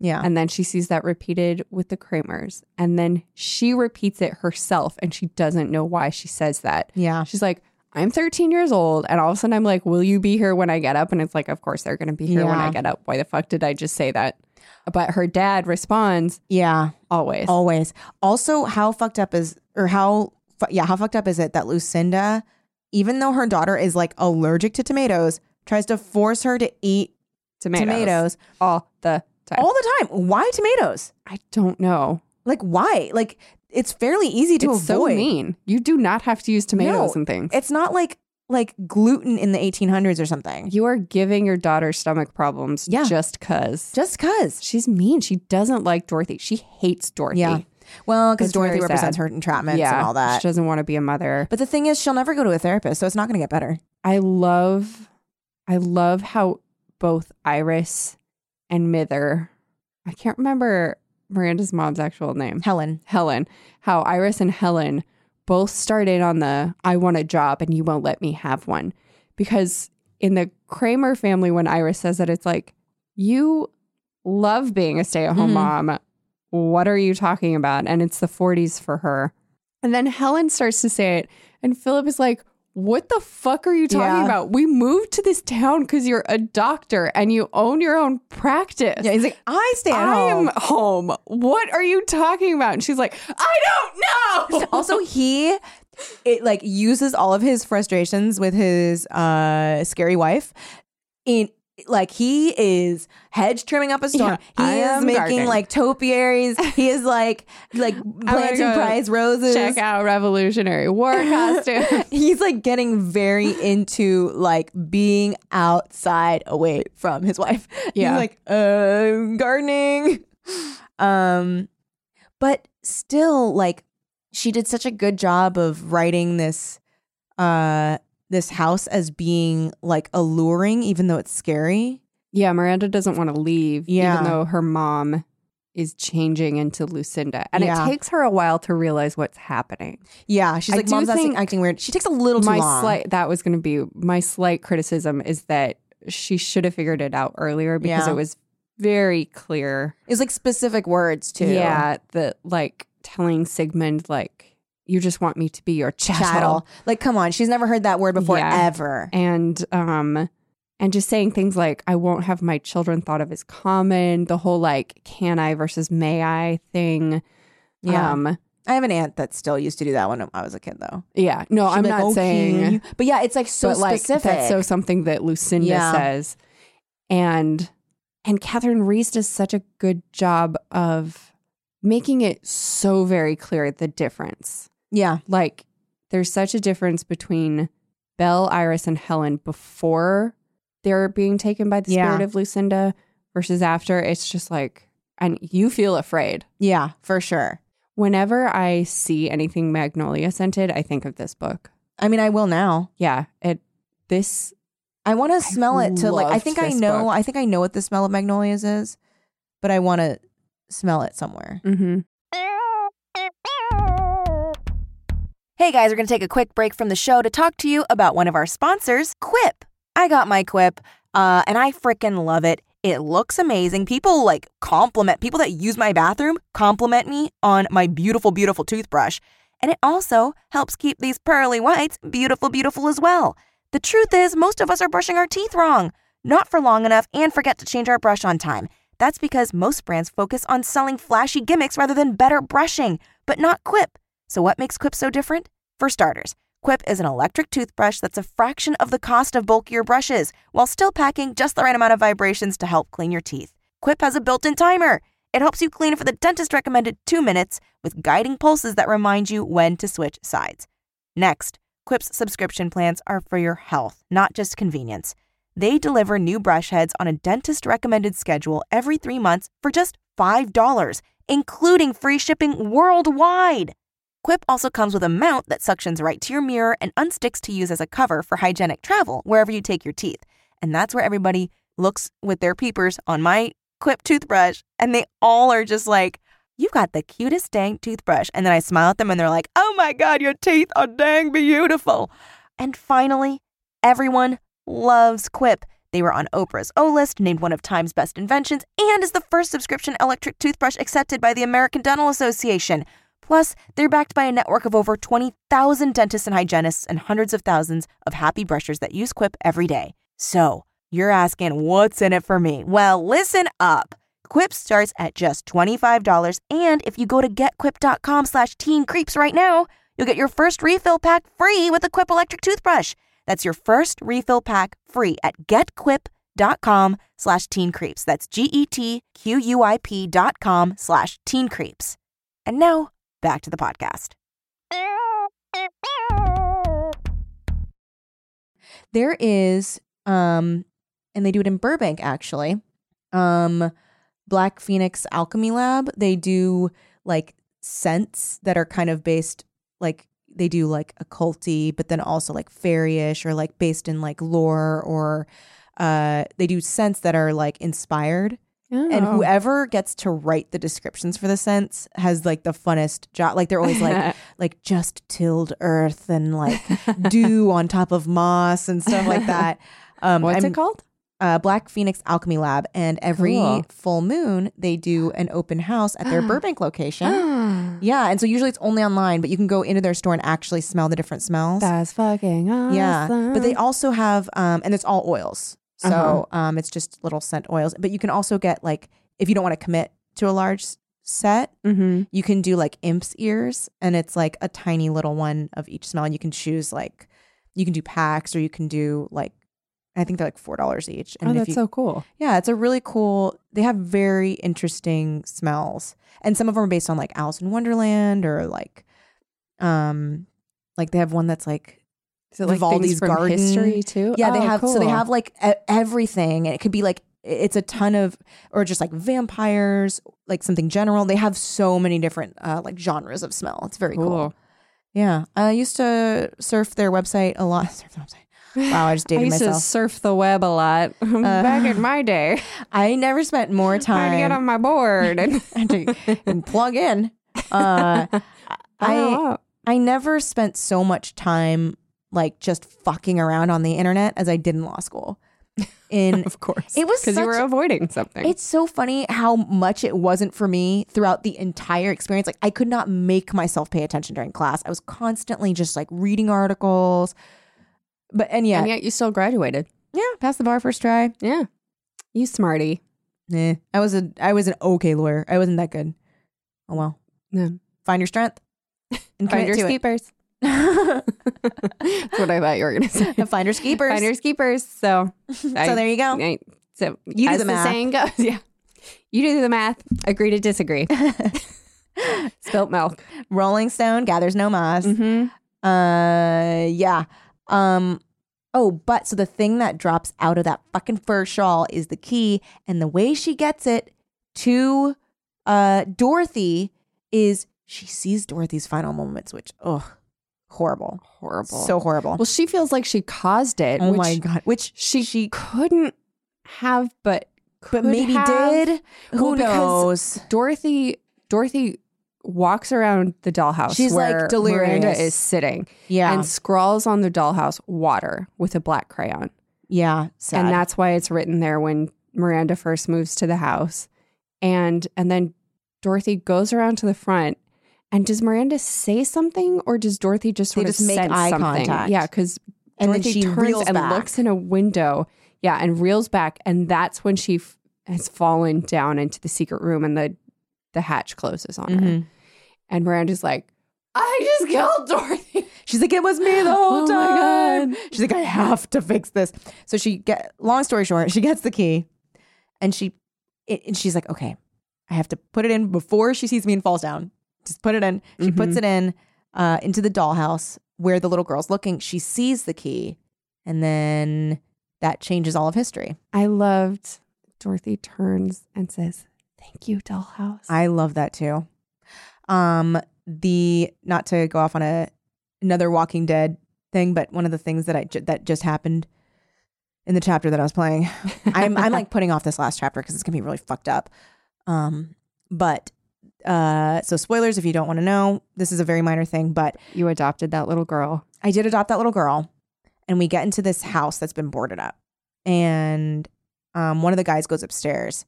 Yeah, And then she sees that repeated with the Kramers. And then she repeats it herself and she doesn't know why she says that. yeah. She's like, I'm 13 years old. And all of a sudden I'm like, Will you be here when I get up? And it's like, Of course they're going to be here when I Yeah. get up. Why the fuck did I just say that? But her dad responds, Yeah, Always. always. Also, how fucked up is or how fu- yeah, how fucked up is it that Lucinda, even though her daughter is like allergic to tomatoes, tries to force her to eat tomatoes. tomatoes, All the time. all the time. Why tomatoes? I don't know. Like why? Like it's fairly easy to it's so avoid. mean. You do not have to use tomatoes No, and things. It's not like like gluten in the 1800s or something. you are giving your daughter stomach problems Yeah. just because. Just cuz. She's mean. She doesn't like Dorothy. She hates Dorothy. Yeah. Well, Oh, because It's Dorothy very sad. represents her entrapments yeah, and all that. She doesn't want to be a mother. But the thing is, she'll never go to a therapist, so it's not going to get better. I love, I love how both Iris and Mither, I can't remember Miranda's mom's actual name, Helen. Helen, how Iris and Helen both started on the I want a job and you won't let me have one. Because in the Kramer family, when Iris says that, it's like, you love being a stay at home Mhm. mom. What are you talking about? And it's the 40s for her. And then Helen starts to say it, and Philip is like, what the fuck are you talking Yeah. about? We moved to this town because you're a doctor and you own your own practice. Yeah, he's like, I stay at I home. am home. What are you talking about? And she's like, I don't know. also he it like uses all of his frustrations with his uh scary wife in like he is hedge trimming up a storm. Yeah, I he is am making gardening. like topiaries. He is like like planting go prize roses. Check out Revolutionary War costume. He's like getting very into like being outside away from his wife. Yeah. He's like, uh, gardening. Um, but still, like, she did such a good job of writing this uh this house as being like alluring, even though it's scary. yeah, Miranda doesn't want to leave, Yeah. even though her mom is changing into Lucinda. And Yeah. it takes her a while to realize what's happening. Yeah. She's I like, do mom's acting, think acting weird. She takes a little too My long. slight that was gonna be my slight criticism is that she should have figured it out earlier because Yeah. it was very clear it was like specific words too. Yeah, that like telling Sigmund like you just want me to be your chattel. Chattel. Like, come on. She's never heard that word before Yeah. ever. and um and just saying things like i won't have my children thought of as common the whole like can i versus may i thing Yeah. um I have an aunt that still used to do that when I was a kid, though. yeah no She'd i'm be like, not "Okay." saying but yeah, it's like so but like specific. that's so something that lucinda Yeah. says and and catherine reese does such a good job of making it so very clear the difference. Yeah. Like, there's such a difference between Belle, Iris, and Helen before they're being taken by the Yeah. spirit of Lucinda versus after. It's just like, and you feel afraid. Yeah, for sure. Whenever I see anything magnolia scented, I think of this book. I mean, I will now. Yeah, it this I want to smell it to like I loved think I this know book. I think I know what the smell of magnolias is, but I want to smell it somewhere. mhm. Hey guys, we're going to take a quick break from the show to talk to you about one of our sponsors, Quip. I got my Quip, uh, and I freaking love it. It looks amazing. People like compliment, people that use my bathroom compliment me on my beautiful, beautiful toothbrush. And it also helps keep these pearly whites beautiful, beautiful as well. The truth is, most of us are brushing our teeth wrong, not for long enough, and forget to change our brush on time. That's because most brands focus on selling flashy gimmicks rather than better brushing, but not Quip. So, what makes Quip so different? For starters, Quip is an electric toothbrush that's a fraction of the cost of bulkier brushes while still packing just the right amount of vibrations to help clean your teeth. Quip has a built in timer. It helps you clean for the dentist recommended two minutes with guiding pulses that remind you when to switch sides. Next, Quip's subscription plans are for your health, not just convenience. They deliver new brush heads on a dentist recommended schedule every three months for just $5, including free shipping worldwide. Quip also comes with a mount that suctions right to your mirror and unsticks to use as a cover for hygienic travel wherever you take your teeth. And that's where everybody looks with their peepers on my Quip toothbrush, and they all are just like, You've got the cutest dang toothbrush. And then I smile at them and they're like, Oh my God, your teeth are dang beautiful. And finally, everyone loves Quip. They were on Oprah's O List, named one of Time's best inventions, and is the first subscription electric toothbrush accepted by the American Dental Association. Plus, they're backed by a network of over 20,000 dentists and hygienists and hundreds of thousands of happy brushers that use Quip every day. So, you're asking, what's in it for me? Well, listen up. Quip starts at just $25, and if you go to getquip.com slash teencreeps right now, you'll get your first refill pack free with a Quip electric toothbrush. That's your first refill pack free at getquip.com slash teencreeps. That's E G-E-T-Q-U-I-P dot com slash teencreeps. And now, back to the podcast. There is um and they do it in Burbank actually. Um Black Phoenix Alchemy Lab, they do like scents that are kind of based like they do like occulty, but then also like fairyish or like based in like lore or uh they do scents that are like inspired and Oh. whoever gets to write the descriptions for the scents has like the funnest job like they're always like like just tilled earth and like dew on top of moss and stuff like that um what's I'm- it called? uh, black phoenix alchemy lab and every Cool. full moon they do an open house at their burbank location yeah and so usually it's only online but you can go into their store and actually smell the different smells That's fucking awesome. Uh-huh. yeah, but they also have, um, and it's all oils. So um, it's just little scent oils. But you can also get like if you don't want to commit to a large s- set, mm-hmm. you can do like imp's ears, and it's like a tiny little one of each smell. And you can choose like you can do packs or you can do like I think they're like four dollars each. And Oh, if that's you- so cool. yeah, it's a really cool. They have very interesting smells, and some of them are based on like Alice in Wonderland or like, um, like they have one that's like Is it like Vivaldi's things from garden. history too? yeah, they Oh, have so they cool. have like e- everything, and it could be like it's a ton of or just like vampires, like something general. They have so many different uh, like genres of smell. It's very cool. Cool. Yeah, I used to surf their website a lot. Surf their website. Wow, I just I dated used myself. to surf the web a lot back in my day. I never spent more Trying to time get on my board and to- and plug in. Uh, I Oh, I never spent so much time like just fucking around on the internet as I did in law school. In of course, it was because you such were a- avoiding something. It's so funny how much it wasn't for me throughout the entire experience. Like I could not make myself pay attention during class. I was constantly just like reading articles. But and yeah, and yet you still graduated. yeah, pass the bar first try. Yeah, you smarty. Nah, I was a I was an okay lawyer. I wasn't that good. Oh well, Yeah. find your strength Find and commit your to it. keepers. That's what I thought you were gonna say. And find your keepers. Find your keepers. So, so there you go. I- so You do as the math. saying goes, yeah. You do the math. Agree to disagree. Spilt milk. Rolling Stone gathers no moss. Mm-hmm. Uh, yeah. Um, oh, but so the thing that drops out of that fucking fur shawl is the key, and the way she gets it to uh Dorothy is she sees Dorothy's final moments, which oh, horrible, Horrible. so horrible. well, she feels like she caused it. oh which my god, which She couldn't have, but but could maybe have. did. Well, Who because knows? Dorothy Dorothy walks around the dollhouse. She's, like, where delirious. Miranda is sitting Yeah, and scrawls on the dollhouse water with a black crayon, yeah, and sad. that's why it's written there when Miranda first moves to the house, and and then Dorothy goes around to the front. And does Miranda say something, or does Dorothy just They sort just of make sense eye something? contact. Yeah, because and then Dorothy she turns reels and back. looks in a window. Yeah, and reels back, and that's when she f- has fallen down into the secret room, and the the hatch closes on her. Mhm. And Miranda's like, "I just killed Dorothy." She's like, it was me the whole Oh my time. God. She's like, I have to fix this. So she get long story short, she gets the key, and she it, and she's like, okay, I have to put it in before she sees me and falls down. Just put it in. She Mm-hmm. puts it in uh, into the dollhouse where the little girl's looking. She sees the key, and then that changes all of history. I loved. Dorothy turns and says, "Thank you, dollhouse." I love that too. Um, the not to go off on a another Walking Dead thing, but one of the things that I ju- that just happened in the chapter that I was playing, I'm I'm like putting off this last chapter because it's gonna be really fucked up. Um, but uh, so spoilers if you don't want to know, this is a very minor thing, but you adopted that little girl. I did adopt that little girl, and we get into this house that's been boarded up, and um, one of the guys goes upstairs,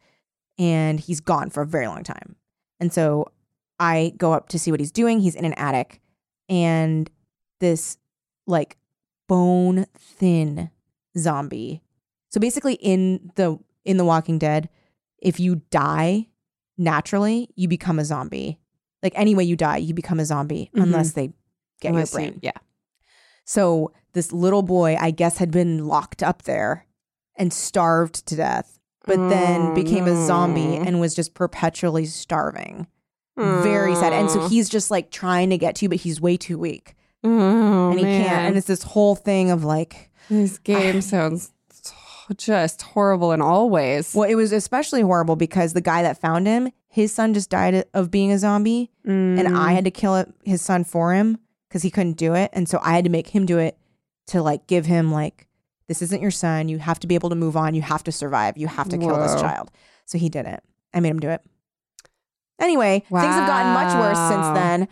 and he's gone for a very long time, and so I go up to see what he's doing. He's in an attic, and this like bone thin zombie. So basically, in the in The Walking Dead, if you die naturally, you become a zombie. Like any way you die, you become a zombie Mhm. unless they get Oh, I your see. brain. Yeah. So this little boy, I guess, had been locked up there and starved to death, but then Oh, became a zombie no. and was just perpetually starving. Very sad. And Mm. so he's just like trying to get to you, but he's way too weak. Oh, and he can't. man. And it's this whole thing of like, this game sounds just horrible in all ways. well, it was especially horrible because the guy that found him, his son just died of being a zombie. and Mm. I had to kill it, his son for him because he couldn't do it, and so I had to make him do it to like give him like this isn't your son. You have to be able to move on. You have to survive. You have to kill this Whoa. child. So he did it. I made him do it. Anyway, things have gotten much worse Wow. since then.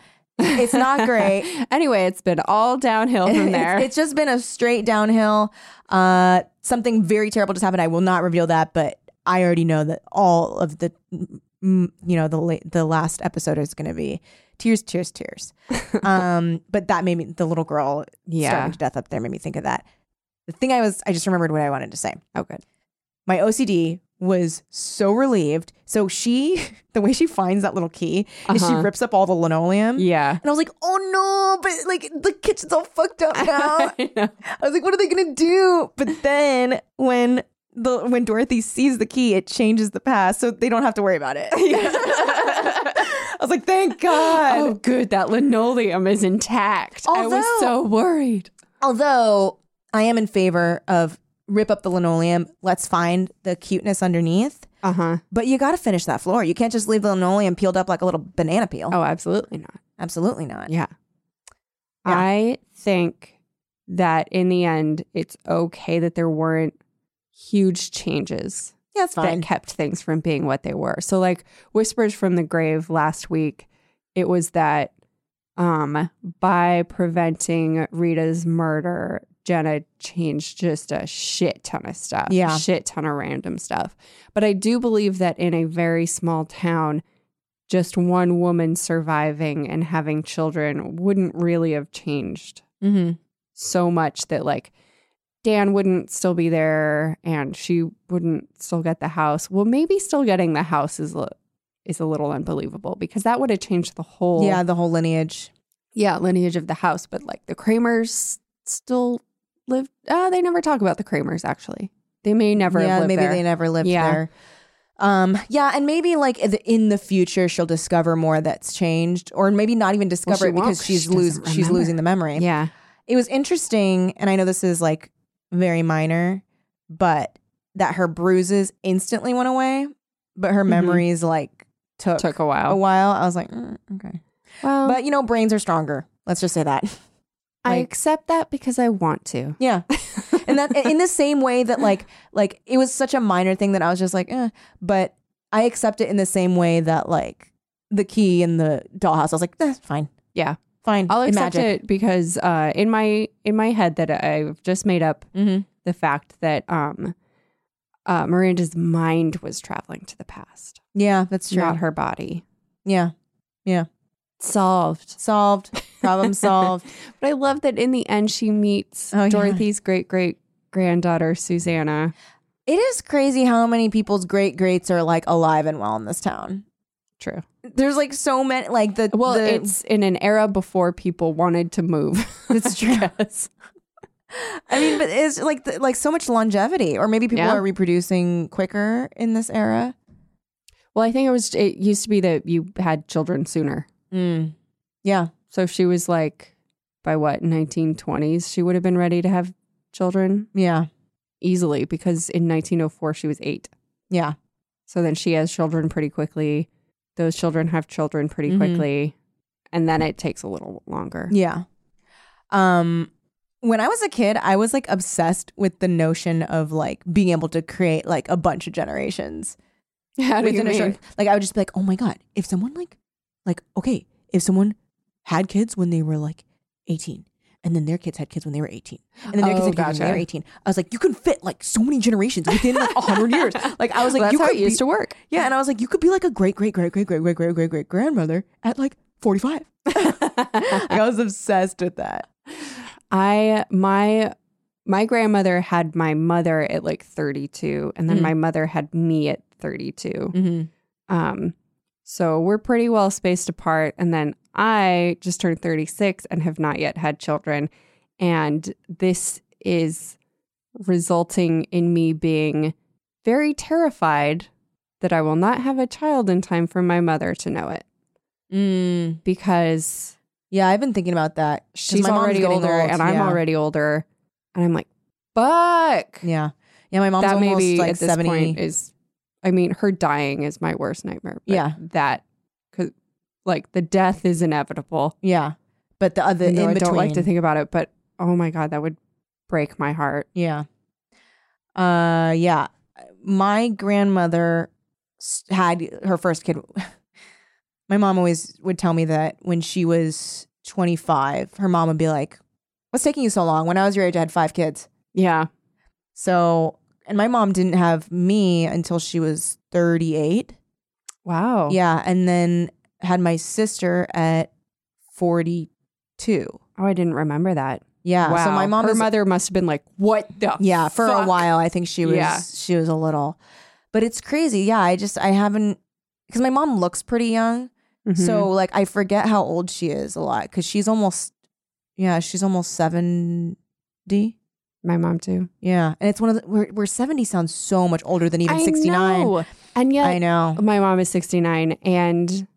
It's not great. Mm. anyway, it's been all downhill from It's- there. it's, just been a straight downhill. Uh, something very terrible just happened. I will not reveal that, but I already know that all of the, mm, you know, the la- the last episode is going to be tears, tears, tears. um, but that made me the little girl Yeah. starving to death up there made me think of that. The thing I was, I just remembered what I wanted to say oh, good. my OCD was so relieved. So she, the way she finds that little key is she Uh-huh. rips up all the linoleum. Yeah. And I was like, oh no, but like the kitchen's all fucked up now. I know. I was like, what are they gonna do? But then when the when Dorothy sees the key, it changes the past, so they don't have to worry about it. I was like, thank God. Oh, good. That linoleum is intact. I was Although- so worried. Although I am in favor of rip up the linoleum, let's find the cuteness underneath. Uh huh. But you got to finish that floor. You can't just leave the linoleum peeled up like a little banana peel. Oh, absolutely not. Absolutely not. Yeah. Yeah. I think that in the end, it's okay that there weren't huge changes Yeah, it's fine. that kept things from being what they were. So, like Whispers from the Grave last week, it was that um, by preventing Rita's murder, Jenna changed just a shit ton of stuff. Yeah. Shit ton of random stuff. But I do believe that in a very small town, just one woman surviving and having children wouldn't really have changed Mm-hmm. so much that like Dan wouldn't still be there and she wouldn't still get the house. Well, maybe still getting the house is a- is a little unbelievable because that would have changed the whole Yeah, the whole lineage. yeah, lineage of the house, but like the Kramers still lived uh they never talk about the Kramers actually. They may never yeah, have lived maybe there. they never lived Yeah. there. Um, yeah, and maybe like i- in the future she'll discover more that's changed, or maybe not even discover she it won't, because 'cause she's she lose doesn't she's remember. losing the memory. Yeah. It was interesting, and I know this is like very minor, but that her bruises instantly went away, but her Mhm. memories like took, Took Um, a a while. while. I was like, mm, okay, Well, but you know, brains are stronger. Let's just say that. I like- accept that because I want to. Yeah. and that in the same way that like like it was such a minor thing that I was just like, eh. but I accept it in the same way that like the key in the dollhouse. I was like, that's fine. Yeah. fine. I'll in accept magic. it because uh, in my in my head that I've just made up Mm-hmm. the fact that um, uh, Miranda's mind was traveling to the past, Yeah, that's true. not her body. Yeah, Solved. solved. Problem solved. But I love that in the end she meets Oh, yeah. Dorothy's great great granddaughter Susanna. It is crazy how many people's great greats are like alive and well in this town. True. There's like so many. Like the Well, the- it's in an era before people wanted to move. That's I true. guess. I mean, but it's like the, like so much longevity, or maybe people Yeah. are reproducing quicker in this era. Well, I think it was. It used to be that you had children sooner. Mm. Yeah. So if she was like, by what, 1920s, she would have been ready to have children Yeah. easily because in 1904, she was eight. Yeah. So then she has children pretty quickly. Those children have children pretty Mhm. quickly. And then it takes a little longer. Yeah. Um when I was a kid, I was like obsessed with the notion of like being able to create like a bunch of generations How do you within a mean? short. Like I would just be like, "Oh my god, if someone like like okay, if someone had kids when they were like 18 and then their kids had kids when they were 18 and then their kids Oh, had kids when they gotcha. were 18." I was like, "You can fit like so many generations within like 100 years." Like I was like, That's "You how could it used be- to work. Yeah, and I was like, "You could be like a great great great great great great great great great grandmother at like 45." like I was obsessed with that. I my my grandmother had my mother at like 32 and then Mm. my mother had me at 32. Mm-hmm. Um so we're pretty well spaced apart and then I just turned 36 and have not yet had children and this is resulting in me being very terrified that I will not have a child in time for my mother to know it Mm. because Yeah, I've been thinking about that. 'Cause she's my mom's already getting older old, and I'm yeah. already older. And I'm like, fuck. Yeah, yeah. My mom's that almost maybe like at this seventy. point is, I mean, her dying is my worst nightmare. but Yeah. That, cause like the death is inevitable. yeah, but the other in Even though between. I don't like to think about it, but oh my God, that would break my heart. Yeah, uh, yeah. My grandmother s- had her first kid. my mom always would tell me that when she was twenty five, her mom would be like, "What's taking you so long?" When I was your age, I had five kids. Yeah. So, and my mom didn't have me until she was 38. Wow. Yeah. And then had my sister at 42. Oh, I didn't remember that. Yeah. Wow. So my mom her is, mother must have been like, what the? yeah, for a fuck?" while, I think she was, Yeah. she was a little, but it's crazy. Yeah. I just, I haven't, because my mom looks pretty young. Mhm. So like, I forget how old she is a lot because she's almost, yeah, she's almost 70. my mom too. Yeah. And it's one of the, where, where 70 sounds so much older than even I 69. know. And yet, I know. my mom is 69 and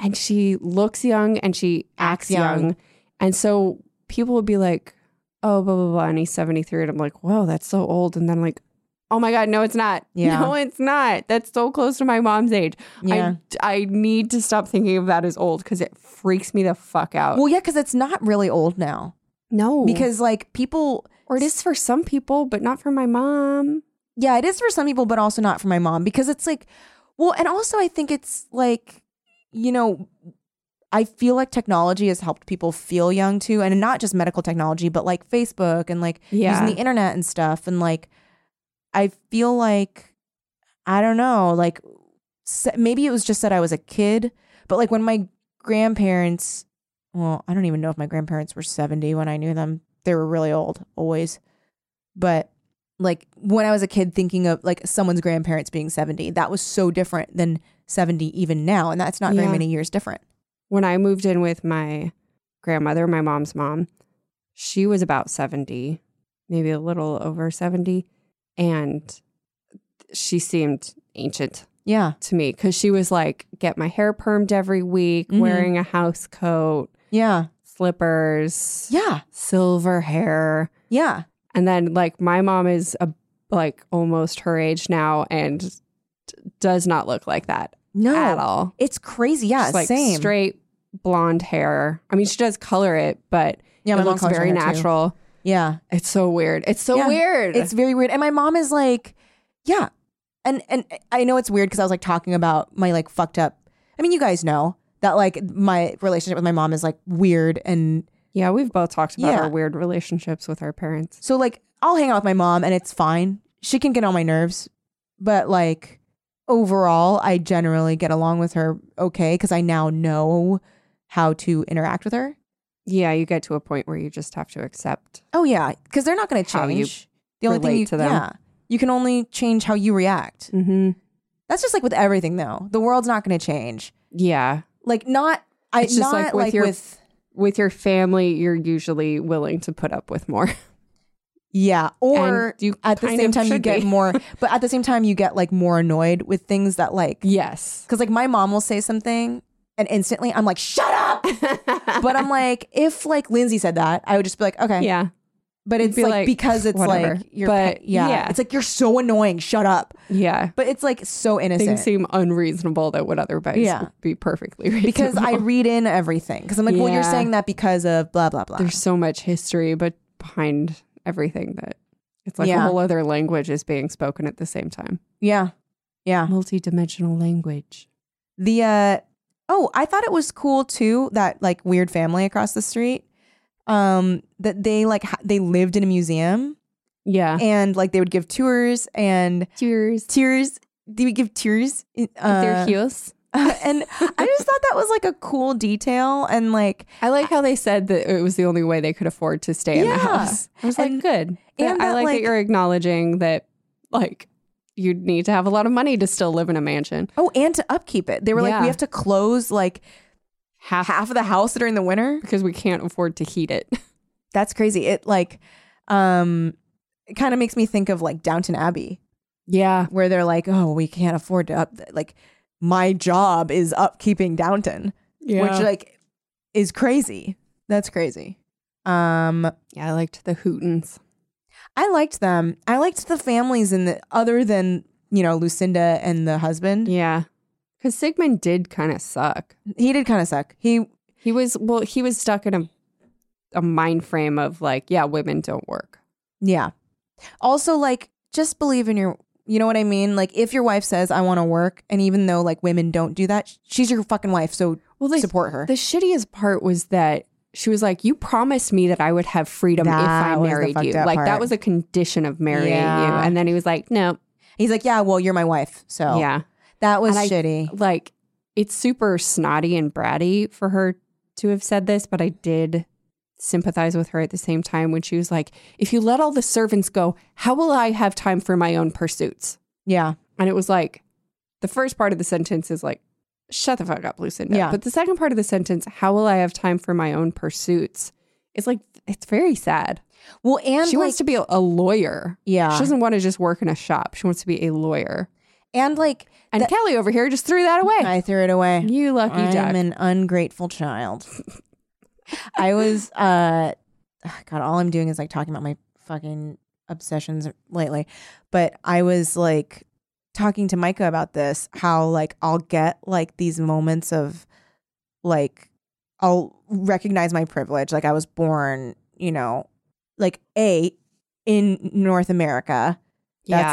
and she looks young and she acts young. young. and so people would be like oh blah blah blah and he's 73 and i'm like whoa that's so old and then I'm like oh my god no it's not Yeah. no it's not that's so close to my mom's age Yeah. I, I need to stop thinking of that as old because it freaks me the fuck out well, yeah, because it's not really old now. no Because like people, or it is for some people but not for my mom yeah, it is for some people, but also not for my mom because it's like, well, and also I think it's like, you know, I feel like technology has helped people feel young too, and not just medical technology, but like Facebook and like Yeah. using the internet and stuff, and like, I feel like, I don't know, like se- maybe it was just that I was a kid, but like when my grandparents, well, I don't even know if my grandparents were 70 when I knew them. They were really old always. But like when I was a kid thinking of like someone's grandparents being 70, that was so different than 70 even now and that's not very Yeah. many years different. when i moved in with my grandmother my mom's mom she was about 70, maybe a little over 70, and she seemed ancient. Yeah. to me because she was like, get my hair permed every week, Mhm. wearing a house coat, Yeah. slippers, Yeah. silver hair. Yeah. And then like my mom is a, like almost her age now and d- does not look like that No. at all. It's crazy. Yeah. She's, like same. straight blonde hair. I mean, she does color it, but Yeah. it mom looks calls her very hair, too. natural. Yeah. It's so weird. It's so Yeah. weird. It's very weird. And my mom is like, yeah. And and I know it's weird because I was like talking about my like fucked up. I mean, you guys know that like my relationship with my mom is like weird and yeah, we've both talked about Yeah. our weird relationships with our parents. So like I'll hang out with my mom and it's fine. She can get on my nerves, but like overall I generally get along with her okay cuz I now know how to interact with her. Yeah, you get to a point where you just have to accept. Oh yeah, cuz they're not going to How you change. The only thing relate you to them. yeah. You can only change how you react. Mm-hmm. That's just like with everything though. The world's not going to change. Yeah, Like not I It's just, not like, like with your- with with your family, you're usually willing to put up with more. yeah, or And you at the kind same of time you should get be. more but at the same time you get like more annoyed with things that like yes. Because like my mom will say something and instantly I'm like, shut up. but I'm like, if like Lindsay said that, I would just be like, okay. Yeah. But it's Be like, like, because it's whatever. like you're But, yeah. yeah. It's like you're so annoying, shut up. Yeah. But it's like so innocent. Things seem unreasonable that would otherwise Yeah. be perfectly reasonable. because I read in everything. Because I'm like, well, you're Yeah. saying that because of blah blah blah. there's so much history but behind everything that it's like Yeah. a whole other language is being spoken at the same time. yeah. Yeah. Multidimensional language. The uh oh, I thought it was cool too, that like weird family across the street. Um, that they like ha- they lived in a museum Yeah. and like they would give tours and Tears. tears. Do we give tears? Uh, heels. and I just thought that was like a cool detail. And like, I like how they said that it was the only way they could afford to stay in the Yeah. house. I was And- like, good. But and I that, like, like- that you're acknowledging that, like, you'd need to have a lot of money to still live in a mansion. oh, and to upkeep it. They were like, Yeah. we have to close like Half, half of the house during the winter. because we can't afford to heat it. That's crazy. It like, um, it kind of makes me think of like Downton Abbey, Yeah. where they're like, oh, we can't afford to up. Like, my job is upkeeping Downton, Yeah. which like is crazy. That's crazy. Um, yeah, I liked the Hootens. I liked them. I liked the families in the other than you know Lucinda and the husband. Yeah. Because Sigmund did kind of suck. He did kind of suck. He He was, well, he was stuck in a, a mind frame of like, yeah, women don't work. yeah. Also, like, just believe in your. You know what I mean? Like, if your wife says, "I want to work," and even though like women don't do that, sh- she's your fucking wife, so Well, they, support her. The shittiest part was that she was like, "You promised me that I would have freedom That if I was the married fucked you." up Like part. that was a condition of marrying Yeah. you. And then he was like, "No, He's like, "Yeah, well, you're my wife," so yeah." that was And I- shitty. Like it's super snotty and bratty for her to have said this, but I did sympathize with her at the same time when she was like, "If you let all the servants go, how will I have time for my own pursuits?" yeah, And it was like the first part of the sentence is like, shut the fuck up, Lucinda. Yeah. But the second part of the sentence, how will I have time for my own pursuits? It's like, it's very sad. well, and she like, wants to be a, a lawyer. yeah, She doesn't want to just work in a shop. She wants to be a lawyer. and like, And that- Kelly over here just threw that away. I threw it away. you lucky I'm duck. an ungrateful child. I was uh God, all I'm doing is like talking about my fucking obsessions lately. But I was like talking to Micah about this, how like I'll get like these moments of like I'll recognize my privilege. Like I was born, you know, like A in North America. That's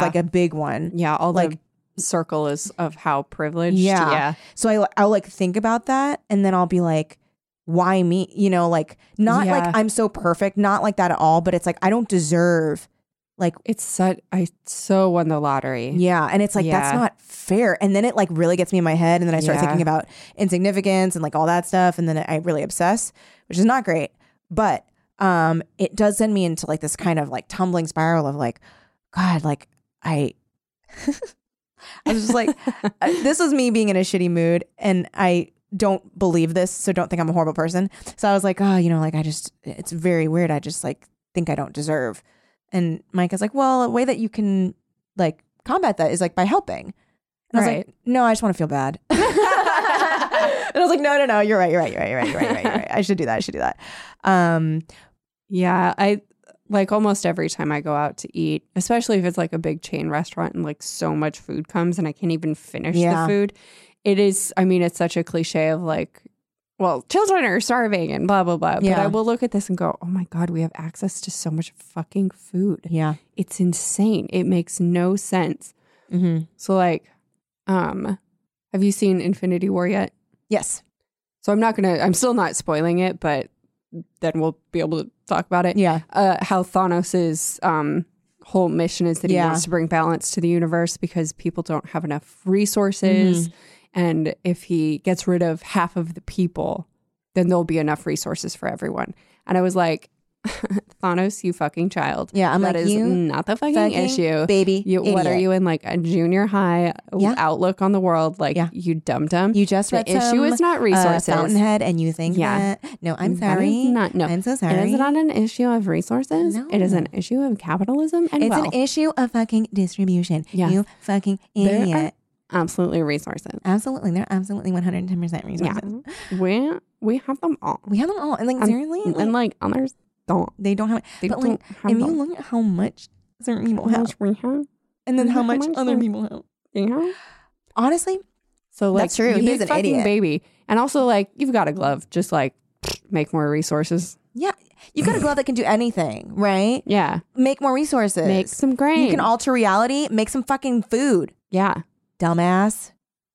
yeah. like a big one. yeah, all like- like, the circle is of how privileged. Yeah. Yeah. So I I'll like think about that and then I'll be like why me? You know, like not Yeah. like I'm so perfect, not like that at all, but it's like I don't deserve like It's such, I so won the lottery. yeah, and it's like that's Yeah. not fair. And then it like really gets me in my head and then I start Yeah. thinking about insignificance and like all that stuff and then I really obsess, which is not great. But um it does send me into like this kind of like tumbling spiral of like god, like I I was just like I- Uh, this was me being in a shitty mood and I don't believe this, so don't think I'm a horrible person. So I was like, oh, you know, like I just it's very weird. I just like think I don't deserve. And Mike is like, well, a way that you can like combat that is like by helping. And I was Right. like, no, I just want to feel bad. and I was like, no, no, no, you're right, you're right, you're right, you're right, you're right, you're right. You're right. I should do that. I should do that. Um, Yeah, I like almost every time I go out to eat, especially if it's like a big chain restaurant and like so much food comes and I can't even finish Yeah. the food. It is, I mean, it's such a cliche of like, well, children are starving and blah, blah, blah. But Yeah. I will look at this and go, oh my God, we have access to so much fucking food. yeah. It's insane. It makes no sense. Mm-hmm. So, like, um, have you seen Infinity War yet? Yes. So I'm not gonna. I'm still not spoiling it, but then we'll be able to talk about it. Yeah. Uh, how Thanos's um, whole mission is that he Yeah. wants to bring balance to the universe because people don't have enough resources, Mm-hmm. and if he gets rid of half of the people, then there'll be enough resources for everyone. And I was like, Thanos, you fucking child. Yeah, I'm That like, is you not the fucking, fucking issue, baby You, what are idiot. you in like a junior high Yeah. outlook on the world? Like Yeah. you dum dum. You just The read issue some, is not resources. Uh, Fountainhead, and you think Yeah. that? No, I'm That sorry. is not- no. I'm so sorry. It is not an issue of resources. It is No. an issue of capitalism and It's wealth. an issue of fucking distribution. Yeah. You fucking There are- idiot. Absolutely, resources. absolutely, they're absolutely 110 percent resources. We we have them all, We have them all, and like Um, And- seriously, like, and like others don't. they don't have. They but don't like, have if you them. look at how much certain people How have, much we have, and then how how much much other they- people have, you know. honestly, So like, That's true. You He big is an fucking idiot. baby, and also like you've got a glove. Just like make more resources. yeah, you got a glove that can do anything, right? Yeah, Make more resources. make some grain. You can alter reality. Make some fucking food, yeah. dumbass.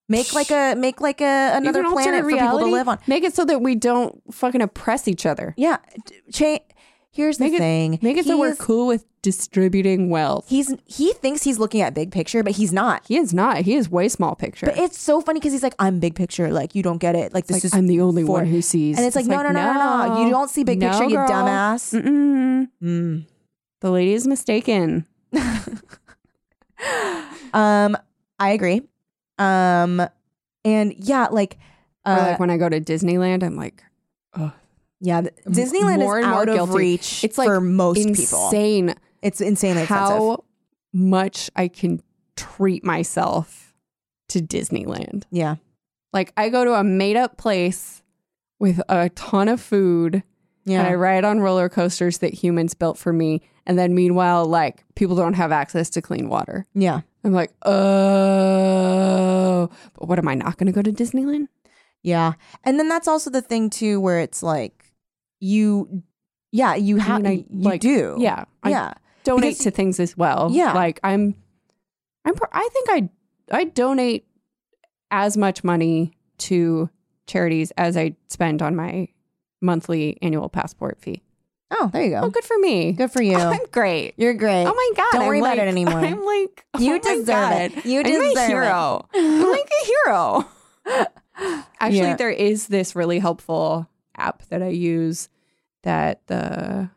Make like a make like a You another can alter planet for people to reality. live on. Make it so that we don't fucking oppress each other. Yeah, d- cha- here's the Make it- thing. Make it so we're He's- cool with distributing wealth. He's he thinks he's looking at big picture, but he's not. He is not. He is way small picture. But it's so funny because he's like, I'm big picture. Like you don't get it. Like this Like, is I'm the only for-" one who sees. And it's, like, no, no, no, no, no, You don't see big No, picture, you girl. dumbass. Mm-mm. Mm. The lady is mistaken. Um, I agree. Um, and yeah, like, Or uh, like when I go to Disneyland, I'm like yeah, th- Disneyland more is and more out of guilty. reach. It's, like, for most people, insane it's insanely expensive. how much I can treat myself to Disneyland. Yeah, Like I go to a made up place with a ton of food. and I yeah, ride on roller coasters that humans built for me. And then meanwhile, like people don't have access to clean water. yeah. I'm like, oh, but what am I not going to go to Disneyland? Yeah. And then that's also the thing too where it's like you yeah, you I have mean, I, you like, do. Yeah, I yeah. donate because- to things as well. Yeah. like I'm, I'm. pro- I think I I donate as much money to charities as I spend on my monthly annual passport fee. Oh, there you go. Oh, good for me. Good for you. I'm great. You're great. Oh my god! Don't I'm worry about like- it anymore. I'm like, oh You my deserve God. it. You I'm a deserve hero. I'm like a hero. Actually, Yeah. there is this really helpful app that I use that the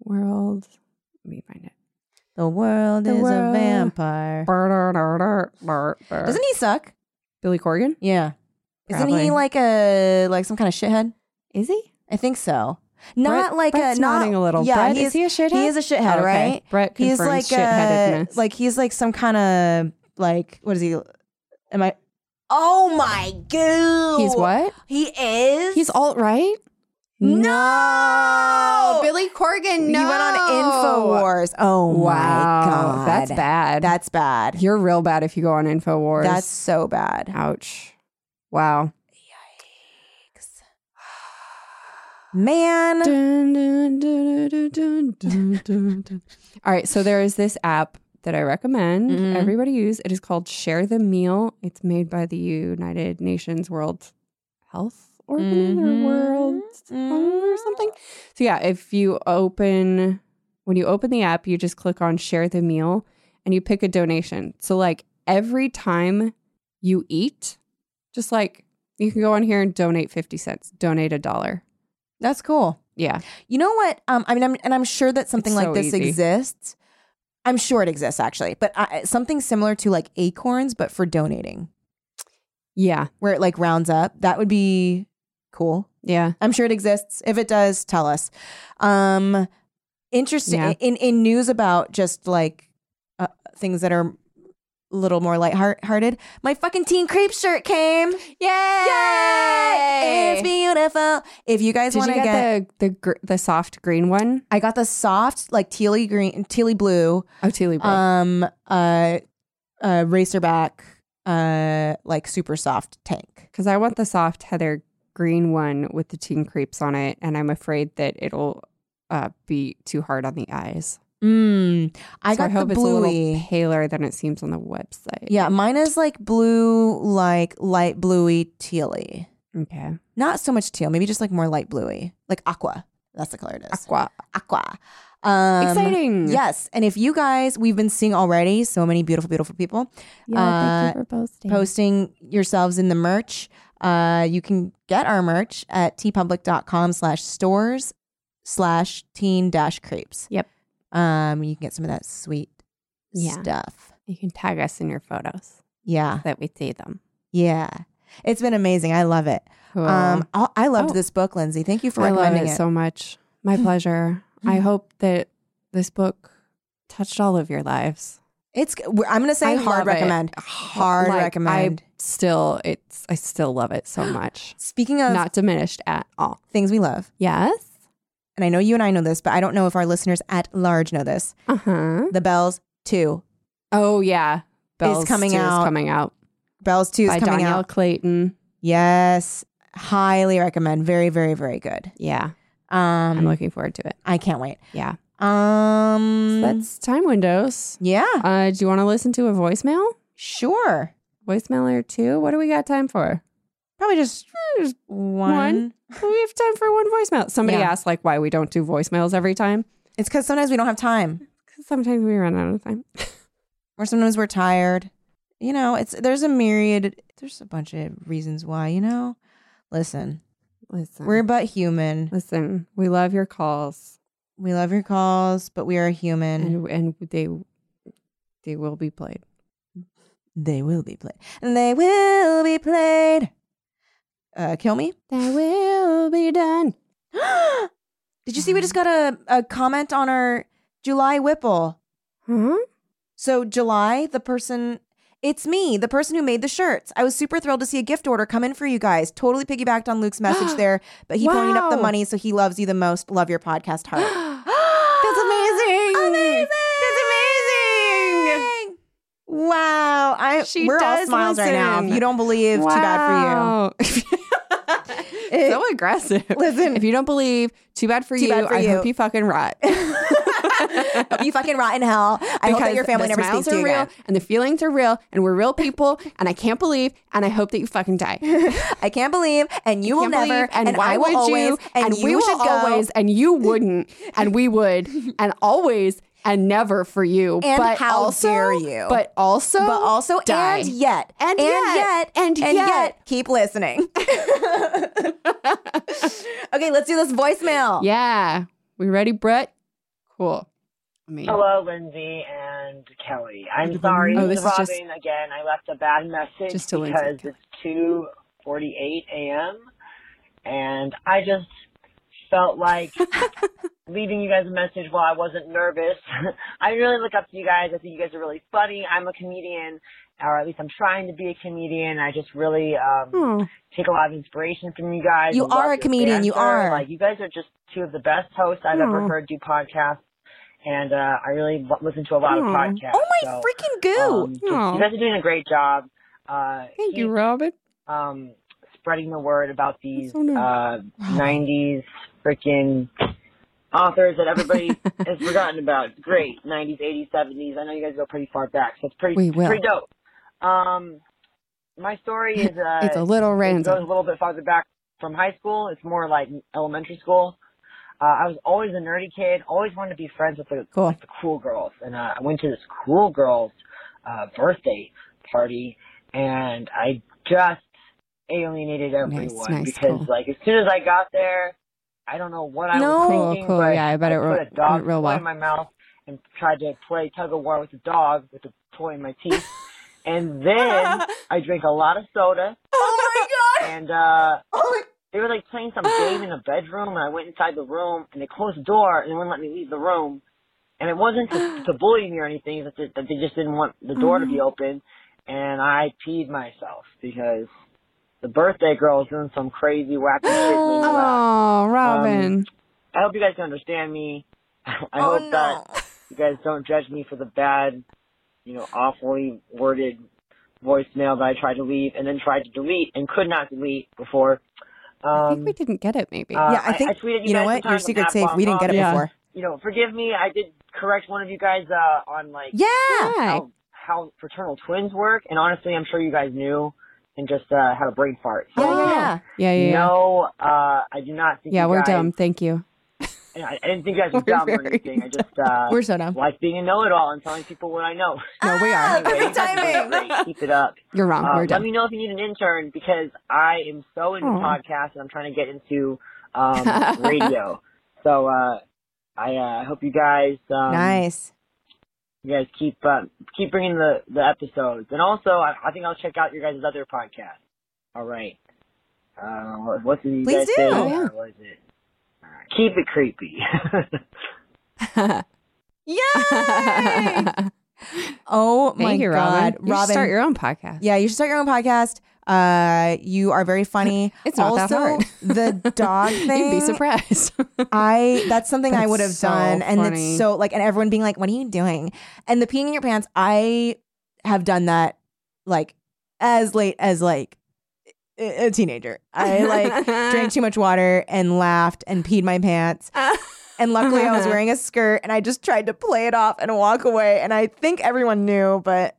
world. Let me find it. the world The is world- a vampire. Doesn't Doesn't he suck? Billy Corgan? Yeah. Isn't Probably. he like a like some kind of shithead? Is he? I think so. Not Brett- like Brett's a not nodding a little. Yeah, Brett, he's, is he a shithead? Oh, He is a shithead, Okay. right? Brett He's confirms like a, shitheadedness. like he's like some kind of like what is he? Am I? Oh my god! he's what? He is. He's alt right. no. Billy Corgan. He went on Infowars. Oh Wow, my god, that's bad. That's bad. You're real bad if you go on Infowars. That's so bad. ouch. Wow. Man. Dun, dun, dun, dun, dun, dun, dun, dun. All right, so there is this app that I recommend Mhm. everybody use. It is called Share the Meal. It's made by the United Nations World Health Organization Mhm. or World Hunger or something. So yeah, if you open when you open the app, you just click on Share the Meal and you pick a donation. So like every time you eat, just like you can go on here and donate 50 cents, donate a dollar. That's cool. Yeah. You know what? Um, I mean, I'm, and I'm sure that something It's like so this easy. exists. I'm sure it exists actually, but I, something similar to like acorns, but for donating, Yeah. where it like rounds up. That would be cool. Yeah. I'm sure it exists. If it does, tell us. Um, interesting Yeah. in in news about just like uh, things that are little more lighthearted, my fucking teen creep shirt came. Yay! It's beautiful. If you guys Did you want to get, get, the the gr- the soft green one? I got the soft like tealy green, tealy blue, Oh, Tilly Blue. um, uh, uh, racerback, uh, like super soft tank. Because I want the soft heather green one with the teen creeps on it, and I'm afraid that it'll uh, be too hard on the eyes. Mm. I So got I hope the it's a bluey. little paler than it seems on the website. yeah, mine is like blue, like light bluey tealy. Okay. Not so much teal, maybe just like more light bluey, like aqua. That's the color it is. Aqua. Aqua. Um, Exciting. Yes. And if you guys, we've been seeing already so many beautiful, beautiful people Yeah, thank you for posting. posting yourselves in the merch. Uh, you can get our merch at tpublic.com slash stores slash teen dash creeps. Yep. Um, you can get some of that sweet Yeah. stuff. You can tag us in your photos Yeah. so that we see them. Yeah. It's been amazing. I love it. Cool. Um, I, I loved Oh. this book, Lindsay. Thank you for Mm-hmm. I love recommending it, so much. My pleasure. I hope that this book touched all of your lives. It's. we're- I'm gonna say I hard love it. recommend. Hard Like, recommend. I still, it's I still love it so much. Speaking of Not diminished at all. things we love, Yes. and I know you and I know this, but I don't know if our listeners at large know this. Uh huh. The Bells Two, Oh yeah. Bells coming Stew is out. coming out Bells Two is by coming Danielle out. Clayton. Yes, highly recommend. Very, very, very good. Yeah, I'm Um, looking forward to it. I can't wait. Yeah, Um, that's time windows. yeah, Uh, do you want to listen to a voicemail? sure. Voicemail or two? What do we got time for? Probably just There's one. one. We have time for one voicemail. Somebody Yeah. asked like why we don't do voicemails every time. It's because sometimes we don't have time, 'Cause sometimes we run out of time. or sometimes we're tired. You know, it's there's a myriad. There's a bunch of reasons why. You know, listen, Listen, we're but human. listen. We love your calls, We love your calls, but we are and human. and they they will be played. They will be played. They will be played. Uh, kill me. They will be done. Did you see we just got a, a comment on our July Whipple? Huh? So, July, the person, it's me, the person who made the shirts. I was super thrilled to see a gift order come in for you guys. Totally piggybacked on Luke's message there, but he ponied up the Wow. money, so he loves you the most. Love your podcast heart. That's amazing. Amazing. That's amazing. wow. I, She we're all does smiles right now. If listen. you don't believe, too bad for you. bad for you. It- so aggressive. Listen. if you don't believe, too bad for Too you. bad for I you. hope you fucking rot. Hope you fucking rot in hell. I hope that your family the never smiles speaks to are you real again. and the feelings are real and we're real people and I can't believe and I hope that you fucking die. I can't believe, and you will Can't never, believe, and, why I will would always, you, and, we you will should go, always, and you wouldn't, and we would, and always, and never for you. And but how also, dare you. But also, but also, Oh, die. and yet, And yet, and and yet, and yet. yet, keep listening. okay, let's do this voicemail. yeah, we ready, Brett? Cool. I mean, Hello, Lindsay and Kelly. I'm sorry, Oh, this this is is Robin just- again. I left a bad message Just to Lindsay because and it's 2:48 a.m. and I just felt like leaving you guys a message while I wasn't nervous. I really look up to you guys. I think you guys are really funny. I'm a comedian, or at least I'm trying to be a comedian. I just really um, oh, take a lot of inspiration from you guys. You I love are a your comedian. You banter. are. Like you guys are just two of the best hosts I've ever Aw. heard do podcasts, and uh, I really w- listen to a lot of Aw. podcasts. Oh my so, freaking goo! um, just- you Aw. guys are doing a great job. Uh, thank you, keep, Robin. Um, spreading the word about these so nice. uh, '90s freaking authors that everybody has forgotten about. It's Great '90s, '80s, '70s. I know you guys go pretty far back, so it's pretty, We it's will. pretty dope. Um, my story is uh, it's a little it goes random. a little bit farther back from high school. It's more like elementary school. Uh, I was always a nerdy kid. Always wanted to be friends with the, Cool. with the cool girls. And uh, I went to this cool girls uh, birthday party, and I just alienated everyone nice, because, cool. like, as soon as I got there, I don't know what I No. was Cool, thinking. cool. but Yeah, I bet it put went- a dog went real toy well. in my mouth and tried to play tug of war with the dog with the toy in my teeth. and then I drank a lot of soda oh my god! and uh Oh they were like playing some game in a bedroom and I went inside the room and they closed the door and they wouldn't let me leave the room. And it wasn't to, to bully me or anything, that they, that they just didn't want the door to Mm-hmm. be open. And I peed myself because the birthday girl was doing some crazy wacky shit. when we left. Oh, Robin. I hope you guys can understand me. I Oh, hope that you guys don't judge me for the bad, you know, awfully worded voicemail that I tried to leave and then tried to delete and could not delete before. I Um, think we didn't get it, maybe. uh, yeah, I think tweeted you, know what? guys some Your times secret's about safe. We didn't get it Yeah. before. You know, forgive me. I did correct one of you guys uh, on like Yeah. Yeah. how, how fraternal twins work, and honestly, I'm sure you guys knew and just uh, had a brain fart. So, Yeah, yeah, yeah. Yeah, yeah, yeah. No, uh, I do not think. yeah, you we're guys, dumb. Thank you. and I I didn't think you guys were We're dumb or very anything. I just uh, We're so dumb. like being a know-it-all and telling people what I know. No, we are. Perfect timing. Um, Great, Keep it up. You're wrong. Uh, we're let dumb. me know if you need an intern because I am so into Aw. podcasts and I'm trying to get into um, radio. So uh, I uh, hope you guys um, nice. you guys keep uh, keep bringing the, the episodes. And also, I, I think I'll check out your guys' other podcast. All right. Uh, what- what's the you Please guys do. say? Oh, yeah. Uh, What is it? Uh, keep it creepy. Yay! oh my Thank you, god, Robin. You should start your own podcast. Yeah, you should start your own podcast. Uh, you are very funny. It's not also, that hard. the dog thing. You'd be surprised. I that's something I That's would have so done, and funny. it's so like, and everyone being like, "What are you doing?" And the peeing in your pants. I have done that like as late as like a a teenager. I like drank too much water and laughed and peed my pants. And luckily, I was wearing a skirt, and I just tried to play it off and walk away. And I think everyone knew, but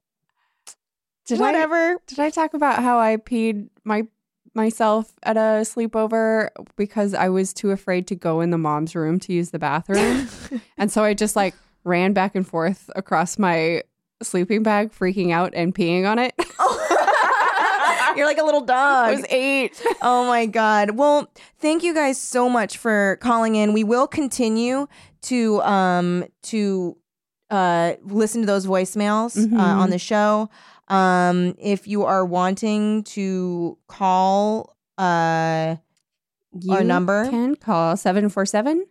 Did I whatever. Did I talk about how I peed my myself at a sleepover because I was too afraid to go in the mom's room to use the bathroom? and so I just like ran back and forth across my sleeping bag, freaking out and peeing on it. You're like a little dog. I was eight. oh my god well thank you guys so much for calling in we will continue to um to uh listen to those voicemails Mhm. uh, on the show um if you are wanting to call uh Our You number? can call 747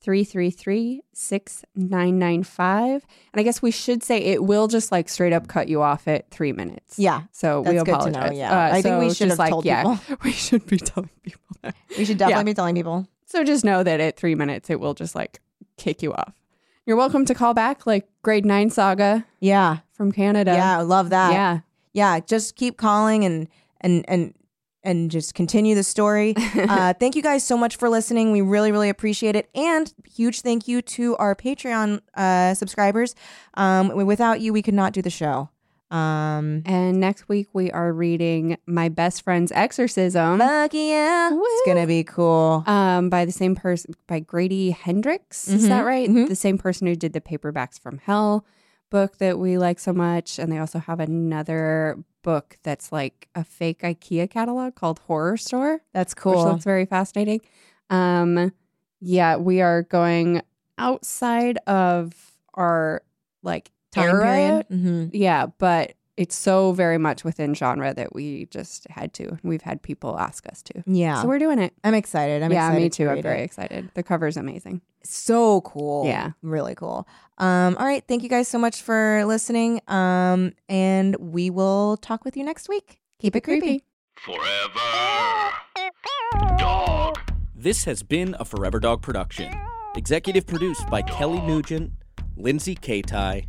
333 6995. And I guess we should say it will just like straight up cut you off at three minutes. yeah So we That's good to apologize. know, yeah. Uh, I think so we it's should just have like, told yeah, people. We should be telling people that. we should definitely Yeah. be telling people So just know that at three minutes, it will just like kick you off. You're welcome to call back like grade nine saga yeah from Canada. yeah I love that uh, Yeah. yeah just keep calling and and and and just continue the story uh, thank you guys so much for listening we really really appreciate it and huge thank you to our patreon uh, subscribers um, w- without you we could not do the show um, And next week, we are reading My Best Friend's Exorcism. fuck yeah it's gonna be cool um, by the same person by Grady Hendrix. Is Mhm, that right? mhm. The same person who did the Paperbacks from Hell book that we like so much, and they also have another book that's like a fake IKEA catalog called Horror Store, that's which cool looks very fascinating. Um, yeah, we are going outside of our like time era. period Mhm. Yeah, but it's so very much within genre that we just had to. We've had people ask us to. yeah So we're doing it i'm excited i'm yeah, excited me to too. I'm read very it. excited. The cover's amazing. so cool Yeah. really cool um, all right thank you guys so much for listening um, and we will talk with you next week keep it creepy. Forever. Dog. This has been a Forever Dog production. Executive produced by Kelly Nugent, Lindsay Katai,